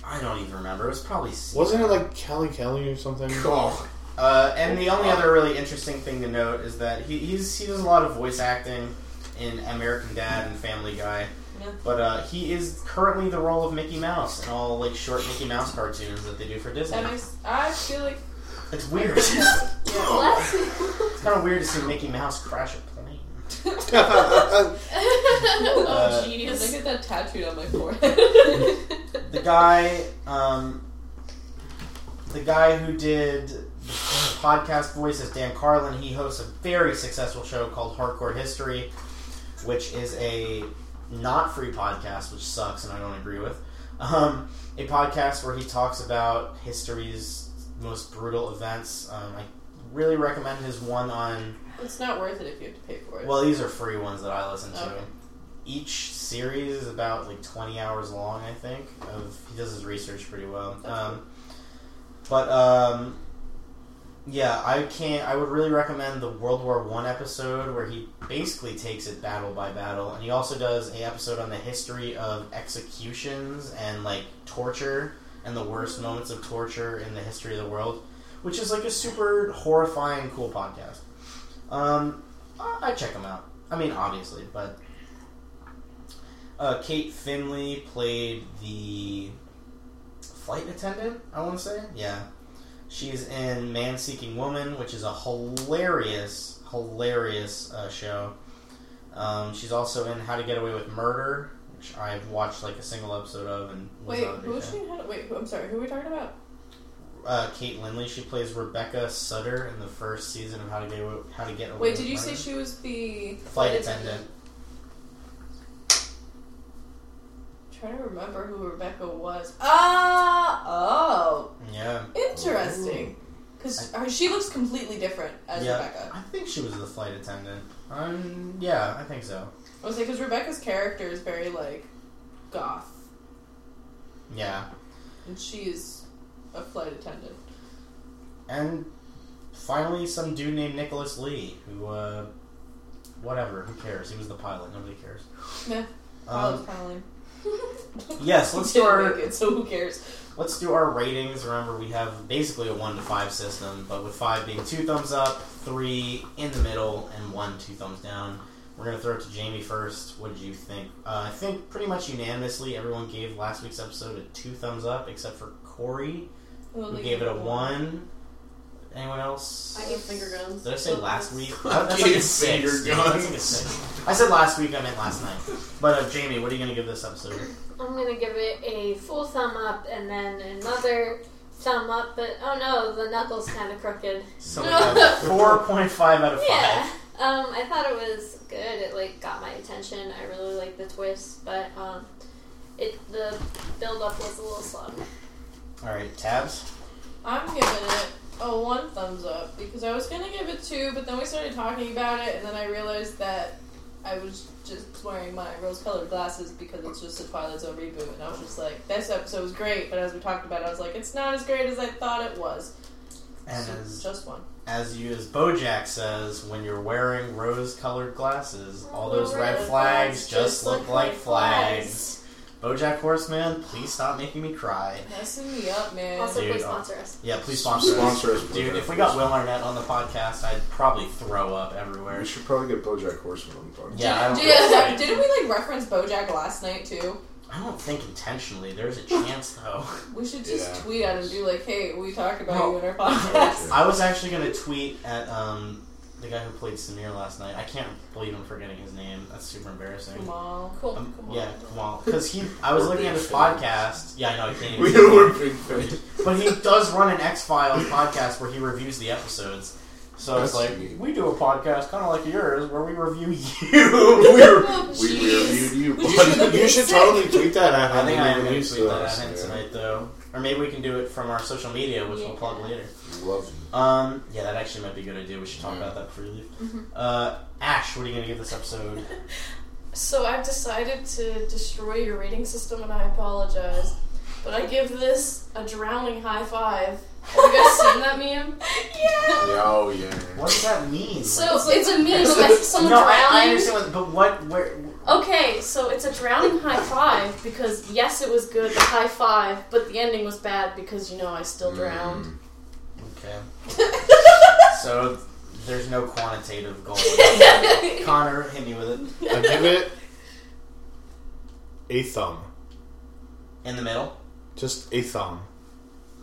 S4: I don't even remember. It was probably. C-
S3: Wasn't it like Kelly Kelly or something?
S1: Oh,
S4: Uh, and the only other really interesting thing to note is that he, he's he does a lot of voice acting in American Dad and Family Guy.
S2: Yeah.
S4: But uh, he is currently the role of Mickey Mouse in all like short Mickey Mouse cartoons that they do for Disney.
S2: That makes I feel like
S4: It's weird. it's
S5: Bless you.
S4: kind of weird to see Mickey Mouse crash a plane.
S6: oh,
S4: Uh,
S2: I
S6: genius.
S2: get that tattooed on my forehead.
S4: The guy, um, the guy who did the podcast voices, Dan Carlin, he hosts a very successful show called Hardcore History, which is a not free podcast, which sucks and I don't agree with. Um, a podcast where he talks about history's most brutal events. Um, I really recommend his one on
S2: it's not worth it if you have to pay for it.
S4: Well, these are free ones that I listen to.
S2: Okay.
S4: Each series is about like 20 hours long, I think. Of he does his research pretty well.
S2: That's
S4: Um, but um, yeah, I can't. I would really recommend the World War One episode where he basically takes it battle by battle, and he also does a episode on the history of executions and like torture and the worst
S2: Mm.
S4: moments of torture in the history of the world, which is like a super horrifying, cool podcast. Um, I I check them out. I mean, obviously, but uh, Kate Finley played the flight attendant. I want to say, yeah, she's in Man Seeking Woman, which is a hilarious, hilarious uh, show. Um, she's also in How to Get Away with Murder, which I've watched like a single episode of, and was
S2: Wait,
S4: not a big
S2: who
S4: fan.
S2: she had? Wait, who, I'm sorry. Who are we talking about?
S4: uh, Kate Lindley. She plays Rebecca Sutter in the first season of How to Get Away, How to Get Away.
S2: Wait,
S4: with
S2: did you
S4: Murder.
S2: say she was the
S4: Uh, flight attendant?
S2: I'm trying to remember who Rebecca was. Ah, oh,
S4: Yeah,
S2: interesting. Because she looks completely different as
S4: Yeah.
S2: Rebecca.
S4: I think she was the flight attendant. Um, yeah, I think so.
S2: I was like, because Rebecca's character is very like goth,
S4: Yeah,
S2: and she's a flight attendant.
S4: and finally, some dude named Nicholas Lee, who, uh, whatever, who cares? He was the pilot. Nobody cares.
S2: Yeah.
S4: Um,
S2: Olive Colleen.
S4: yes, let's
S2: She
S4: do
S2: didn't
S4: our
S2: make it, so who cares?
S4: let's do our ratings. Remember, we have basically a one to five system, but with five being two thumbs up, three in the middle, and one two thumbs down. We're gonna throw it to Jamie first. What did you think? Uh, I think pretty much unanimously, everyone gave last week's episode a two thumbs up, except for Corey, who gave it a one. Anyone else?
S6: I gave finger guns.
S4: Did I say last week?
S1: I
S4: That's like a
S1: gave
S4: six.
S1: finger
S4: Yeah, That's like a
S1: guns.
S4: six. I said last week. I meant last night. But uh, Jamie, what are you gonna give this episode?
S5: I'm gonna give it a full thumb up and then another thumb up, but oh no, the knuckle's kind of crooked.
S4: So four point five out of five.
S5: Yeah. Um, I thought it was good. It like got my attention. I really liked the twist, but um, it the build up was a little slow.
S4: All right, tabs.
S2: I'm giving it a one thumbs up because I was gonna give it two, but then we started talking about it, and then I realized that I was just wearing my rose-colored glasses because it's just a Twilight Zone reboot, and I was just like, this episode was great, but as we talked about, it, I was like, it's not as great as I thought it was.
S4: And
S2: So it's
S4: as,
S2: just one.
S4: as you, as BoJack says, when you're wearing rose-colored glasses, all
S5: The
S4: those red flags just look like flags. BoJack Horseman, please stop making me cry.
S2: Messing me up, man.
S5: Also,
S4: Dude,
S5: please
S4: oh.
S5: sponsor us.
S4: Yeah, please sponsor us.
S1: us,
S4: Dude,
S1: BoJack
S4: if we got
S1: Horseman.
S4: Will Arnett on the podcast, I'd probably throw up everywhere.
S1: we should probably get BoJack Horseman on the podcast.
S4: Yeah, I don't,
S2: Dude,
S4: think,
S2: didn't we like reference BoJack last night too?
S4: I don't think intentionally. There's a chance, though.
S2: We should just
S1: Yeah.
S2: tweet at him and be like, "Hey, we talked about
S4: No.
S2: you in our podcast."
S4: I was actually going to tweet at um, the guy who played Samir last night. I can't believe I'm forgetting his name. That's super embarrassing.
S2: Kamal.
S6: Cool.
S4: Um,
S6: Come on.
S4: yeah, Kamal. Because he, I was
S1: We're
S4: looking at
S1: big
S4: his
S1: fans.
S4: podcast. Yeah, I know. I can't even
S1: We
S4: say his
S1: were
S4: name.
S1: big fans.
S4: But he does run an X Files podcast where he reviews the episodes. So it's
S1: That's
S4: like
S1: neat.
S4: we do a podcast kind of like yours where we review
S1: we
S4: you.
S1: were,
S6: Oh,
S1: we
S6: jeez.
S1: reviewed you.
S2: We just did
S1: bud.
S2: the-
S3: You should totally tweet that at him.
S4: I think I
S3: when you
S4: am going to
S3: release
S4: tweet that
S3: this,
S4: at him
S1: yeah.
S4: tonight, though, or maybe we can do it from our social media, which we'll plug later.
S1: Love you.
S4: Um, yeah, that actually might be a good idea. We should talk
S1: Yeah.
S4: about that before you leave.
S5: Mhm.
S4: Uh, Ash, what are you going to give this episode?
S6: So I've decided to destroy your rating system, and I apologize. But I give this a drowning high five. Have you guys seen that meme?
S5: Yeah.
S1: Yeah, oh yeah.
S4: What does that mean?
S6: So it's a meme of someone
S4: no,
S6: drowning.
S4: I, I understand, what, but what? Where?
S6: Okay, so it's a drowning high five because yes, it was good, the high five, but the ending was bad because you know I still drowned.
S1: Mm.
S4: Okay. so there's no quantitative goal. Connor, hit me with it.
S3: I give it a thumb.
S4: In the middle,
S3: Just a thumb.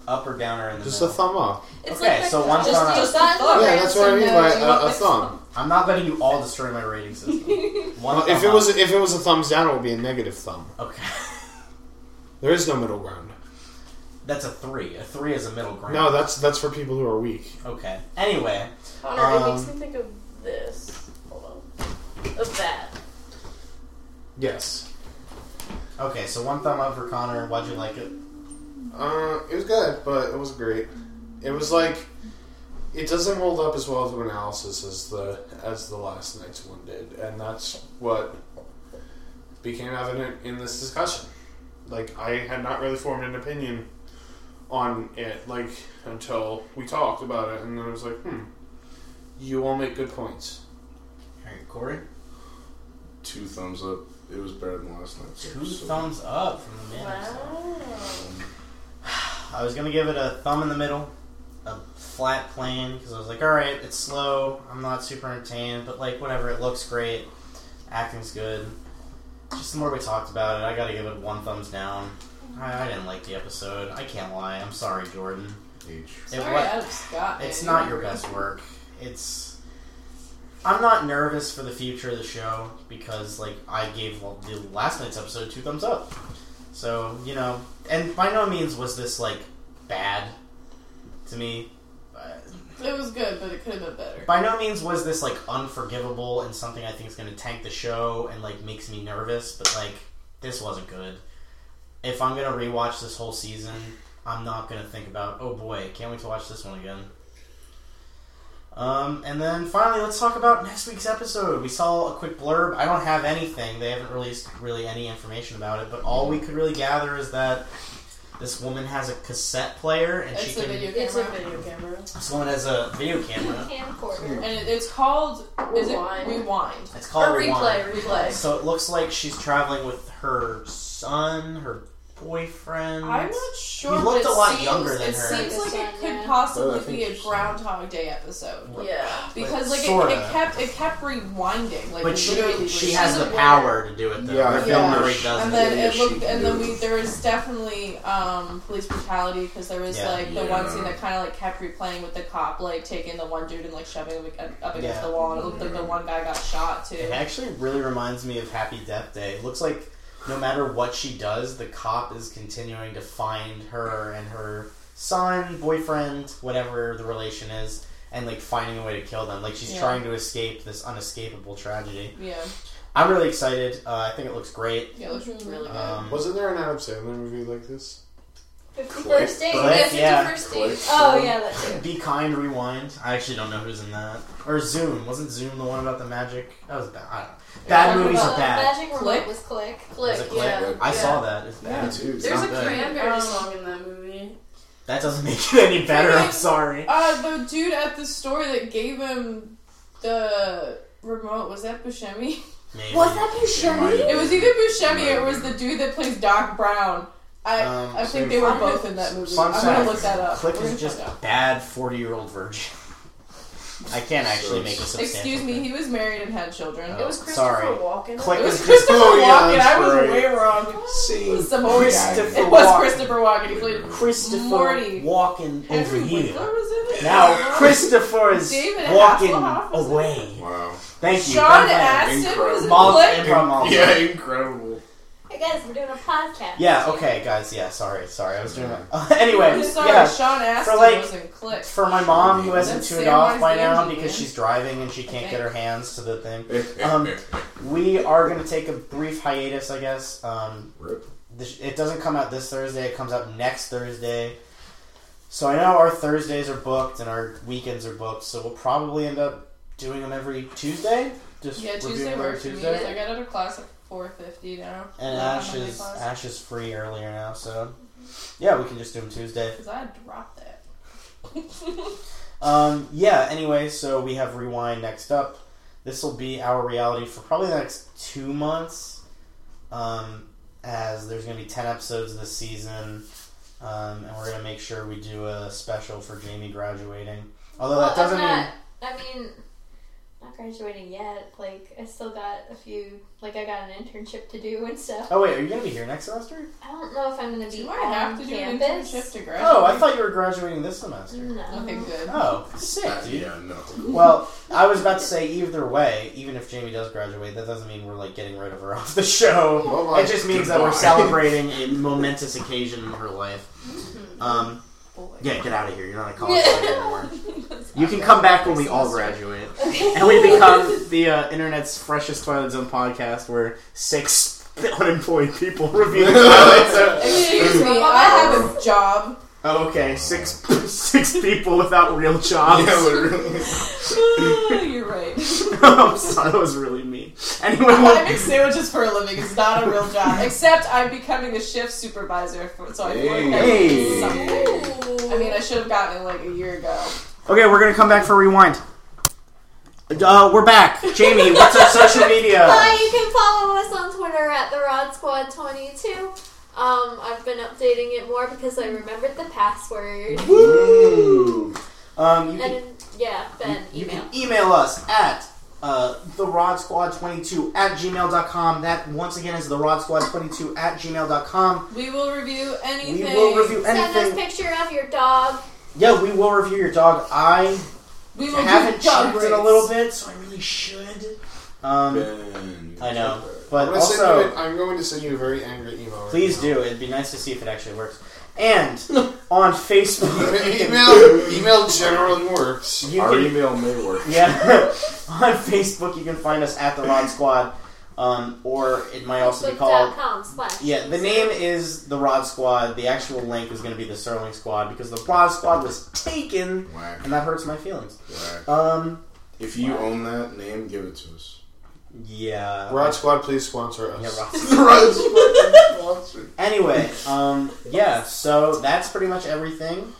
S4: up or down, or in the
S3: Just a
S4: middle.
S3: thumb up.
S6: It's
S4: Okay,
S6: like that-
S4: so one's
S2: Just-
S4: gone up.
S2: just- Oh,
S3: yeah, that's what I mean by a, a thumb.
S4: I'm not letting you all destroy my rating system. One
S3: Well, Uh, if
S4: thumb
S3: it
S4: up.
S3: was if it was a thumbs down, it would be a negative thumb.
S4: okay,
S3: There is no middle ground.
S4: that's a three. A three is a middle ground.
S3: No, that's that's for people who are weak.
S4: Okay. Anyway,
S6: Connor, it makes
S4: Um,
S6: me think of this. Hold on. Of that.
S3: Yes.
S4: okay. So one thumb up for Connor. Why'd you like it?
S3: Uh, it was good, but it was great. It was like it doesn't hold up as well to analysis as the as the last night's one did, and that's what became evident in this discussion. Like I had not really formed an opinion on it, like until we talked about it, and then I was like, hmm, you all make good points.
S4: All right, Corey.
S1: Two thumbs up. It was better than last night's.
S4: Two
S1: episode.
S4: thumbs up from the man.
S6: Wow.
S4: I was gonna give it a thumb in the middle, a flat plane, because I was like, all right, it's slow. I'm not super entertained, but like whatever. It looks great. Acting's good. Just the more we talked about it, I gotta give it one thumbs down. I, I didn't like the episode. I can't lie. I'm sorry, Jordan.
S1: Each.
S4: It
S2: Sorry,
S4: wa-
S2: Adam Scott.
S4: It's
S2: man.
S4: not your best work. It's. I'm not nervous for the future of the show because, like, I gave well, the last night's episode two thumbs up. So you know, and by no means was this like bad to me. Uh,
S2: It was good, but it could have been better.
S4: By no means was this like unforgivable and something I think is going to tank the show and like makes me nervous. But like, this wasn't good. If I'm gonna rewatch this whole season, I'm not gonna think about oh boy, can't wait to watch this one again. Um, and then finally, let's talk about next week's episode. We saw a quick blurb. I don't have anything. They haven't released really any information about it, but all we could really gather is that this woman has a cassette player and
S2: It's
S4: she
S2: a
S4: can.
S2: video
S6: It's a
S2: camera.
S6: video camera.
S4: This woman has a video camera.
S5: Camcorder.
S2: And it, it's called. Is it
S6: Rewind.
S2: Rewind?
S4: It's called
S6: Or
S4: Rewind.
S6: replay, replay.
S4: So it looks like she's traveling with her son, her boyfriend.
S2: I'm not sure.
S4: You looked
S2: but
S4: a lot
S2: seems,
S4: younger than
S2: It
S4: her.
S2: seems like
S5: Yeah.
S2: it could
S1: Oh, I
S2: possibly
S1: think
S2: be a
S1: so.
S2: Groundhog Day episode
S6: Yeah.
S2: because like it,
S4: sorta.
S2: it kept it kept rewinding. Like
S4: but she
S2: literally
S4: she
S2: was-
S4: has
S6: she's
S4: the
S6: a
S4: power to do it though.
S1: Yeah,
S4: her
S1: I
S4: film
S2: think
S4: already
S1: she-
S4: does
S2: And
S4: it.
S2: then
S1: Yeah,
S2: it
S1: she
S2: looked,
S1: can
S2: and
S1: do
S2: then
S1: it.
S2: we there was definitely um, police brutality because there was
S4: Yeah.
S2: like the one
S1: Yeah.
S2: scene that kind of like kept replaying with the cop like taking the one dude and like shoving him ag- up against
S4: Yeah.
S2: the wall, and it looked
S6: Mm-hmm.
S2: like the one guy got shot too.
S4: It actually really reminds me of Happy Death Day. It looks like no matter what she does, the cop is continuing to find her and her son, boyfriend, whatever the relation is, and like finding a way to kill them. Like she's
S2: Yeah.
S4: trying to escape this unescapable tragedy.
S2: Yeah,
S4: I'm really excited. Uh, I think it looks great.
S2: yeah, it looks
S6: Mhm.
S2: really good.
S4: Um,
S3: Wasn't there an Adam Sandler movie like this?
S5: Fifty first date.
S4: Click,
S5: Yes,
S4: yeah.
S5: Fifty first
S1: Click.
S5: date. Oh yeah, that too.
S4: Be Kind Rewind. I actually don't know who's in that. Or Zoom. Wasn't Zoom the one about the magic? That was bad. I don't know. Bad
S2: talking
S4: movies
S2: These
S5: Uh,
S4: are bad.
S5: Magic
S2: Click.
S5: remote was click.
S6: Click,
S4: Is it click?
S6: yeah.
S4: I
S6: yeah.
S4: saw that. It's bad.
S1: Me too. It's
S6: There's a
S1: not bad.
S6: cranberry
S2: Um,
S6: song in that movie.
S4: That doesn't make it any better. I'm sorry.
S2: Uh, the dude at the store that gave him the remote was that Buscemi?
S4: Maybe.
S5: Was that you, Shirley?
S2: It was either Buscemi or it was the dude that plays Doc Brown. I
S4: Um,
S2: I think
S1: same
S2: they were
S1: thing.
S2: both in that movie.
S4: Fun
S2: I'm gonna
S4: fact,
S2: look that up.
S4: Click
S2: We're
S4: is
S2: gonna
S4: just
S2: find out.
S4: bad 40 year old virgin. I can't actually make a substantial.
S2: Excuse me,
S4: thing.
S2: he was married and had children.
S4: Oh.
S6: It was Christopher
S4: sorry.
S6: Walken.
S4: Click
S2: It was
S4: is just.
S2: Christopher
S3: Oh, yeah,
S2: Walken.
S3: that's
S2: I was
S3: right.
S2: way wrong. It
S1: See,
S2: was some old guy.
S4: Christopher
S2: It was
S4: Walken.
S2: Christopher Walken. He played
S4: Christopher
S2: Morty.
S4: walking over
S2: Henry Winkler
S4: here.
S2: was in it.
S4: Now Christopher is
S2: David
S4: walking
S2: Hasselhoff was in it.
S4: away.
S1: wow.
S4: Thank you.
S2: Sean
S4: Thank you.
S2: Astin was in
S1: Incredible.
S4: Malt
S2: Click.
S4: and Brom Malt.
S1: Yeah, incredible.
S5: guys, we're doing a podcast.
S4: Yeah, okay, guys. Yeah, sorry, sorry. I was doing that. anyway,
S2: I'm sorry,
S4: yeah.
S2: Sean Astin
S4: for, like,
S2: wasn't clicked.
S4: For my mom, who hasn't
S2: That's
S4: tuned
S2: Sam
S4: off by
S2: Wise
S4: now
S2: Andy,
S4: because
S2: man.
S4: she's driving and she can't get her hands to the thing, Um,
S1: Um,
S4: we are going to take a brief hiatus, I guess. Um,
S1: Rip.
S4: this, it doesn't come out this Thursday, it comes out next Thursday. So I know our Thursdays are booked and our weekends are booked, so we'll probably end up doing them every Tuesday. Just
S2: yeah,
S4: reviewing
S2: Tuesday
S4: them every
S2: works for me. 'cause I got out of class at four fifty now.
S4: And Ash is, Ash is free earlier now, so yeah, we can just do them Tuesday.
S2: because I dropped that.
S4: Um, yeah, anyway, so we have Rewind next up. This will be our reality for probably the next two months, um, as there's going to be 10 episodes this season, um, and we're going to make sure we do a special for Jamie graduating. Although
S5: Well,
S4: that doesn't
S5: I'm
S4: mean.
S5: not, I mean, not graduating yet. Like, I still got a few. Like, I got an internship to do and stuff.
S4: Oh, wait, are you going to be here next semester?
S5: I don't know if I'm gonna be
S2: You
S5: on
S2: might have to do an
S5: campus.
S2: internship to graduate.
S4: Oh, I thought you were graduating this semester.
S5: No.
S2: Okay, good.
S4: Oh, sick, dude.
S1: yeah, no.
S4: Well, I was about to say either way, even if Jamie does graduate, that doesn't mean we're like getting rid of her off the show.
S3: Oh
S1: Bye-bye.
S4: It just means that we're
S1: Goodbye.
S4: celebrating a momentous occasion in her life. Um,
S2: Boy.
S4: yeah, get out of here. You're not a college graduate anymore.
S2: That's
S4: You
S2: not
S4: can
S2: bad.
S4: come back when we all graduate, and we become the uh, internet's freshest Twilight Zone podcast, where six unemployed people review Twilight Zone.
S2: Excuse me, I have a job.
S4: Oh, okay, six six people without real jobs.
S1: Yeah, literally.
S2: You're right.
S4: I'm sorry, that was really mean. Anyway, we'll-
S2: I make sandwiches for a living. It's not a real job. Except I'm becoming a shift supervisor, for, so I work every
S4: Hey.
S2: Sunday. I mean, I should have gotten it like a year ago.
S4: Okay, we're gonna come back for rewind. Uh, we're back. Jamie, what's our social media?
S5: Hi, you can follow us on Twitter at the Rod Squad 22. Um, I've been updating it more because I remembered the password.
S4: Woo! Um, you can,
S5: And yeah, Ben,
S4: you
S5: email.
S4: can email us at uh, therodsquad22 at gmail.com. That, once again, is therodsquad22 at gmail.com.
S2: We will review anything.
S4: We will review
S5: Send us
S4: anything.
S5: picture of your dog.
S4: Yeah, we will review your dog. I
S2: We will
S4: haven't
S2: do
S4: checked
S2: dog
S4: in a
S2: breaks.
S4: little bit, so I really should. Um,
S1: Ben,
S4: I know.
S3: I'm
S4: But
S3: gonna send you
S4: also,
S3: an- I'm going to send you a very angry email. right
S4: please
S3: now.
S4: do. It'd be nice to see if it actually works. And on Facebook, you can-
S3: Email, email generally works.
S4: You
S1: Our
S4: can,
S1: email may work.
S4: yeah, on Facebook you can find us at the Rod Squad, um, or it might also be called.
S5: Facebook.com slash.
S4: Yeah, the name is the Rod Squad. The actual link is going to be the Sterling Squad because the Rod Squad was taken,
S1: Whack,
S4: and that hurts my feelings.
S1: whack.
S4: Um,
S1: If you own that name, give it to us.
S4: yeah.
S3: Rod Squad, please sponsor us.
S4: Yeah, Rod.
S1: Sponsored.
S4: Anyway, um, yeah. So that's pretty much everything,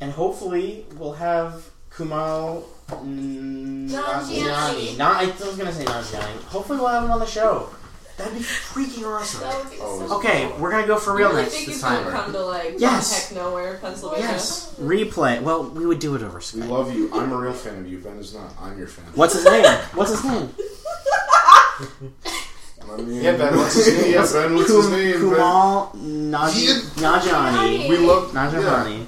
S4: and hopefully we'll have Kumail. mm,
S5: Nanjiani.
S4: Nanjiani. Not, I was gonna say Nanjiani. Hopefully, we'll have him on the show. That'd be freaking awesome.
S5: That would be
S1: Oh,
S5: so
S4: Okay, we're gonna go for
S2: You
S4: real
S2: really
S4: next
S2: think
S4: this
S2: it's
S4: time.
S2: gonna come to like
S4: Yes.
S2: heck nowhere, Pennsylvania?
S4: Yes, replay. Well, we would do it over
S1: We
S4: Skype.
S1: love you. I'm a real fan of you. Ben is not. I'm your fan.
S4: What's his name? What's his name?
S1: I mean-
S3: Yeah, Ben, what's his name? Yeah, Ben, what's his
S4: Kum-
S3: name? Ben?
S4: Kumal Naj- Najani.
S5: Najani.
S1: We love
S4: Najani.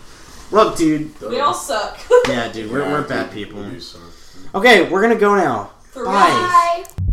S4: Look, dude.
S1: Yeah.
S2: We all suck.
S4: Yeah, dude. We're,
S1: Yeah,
S4: we're
S1: we-
S4: bad people.
S1: we do suck.
S4: Okay, we're gonna go now.
S2: For
S4: Bye.
S2: real.
S5: Bye.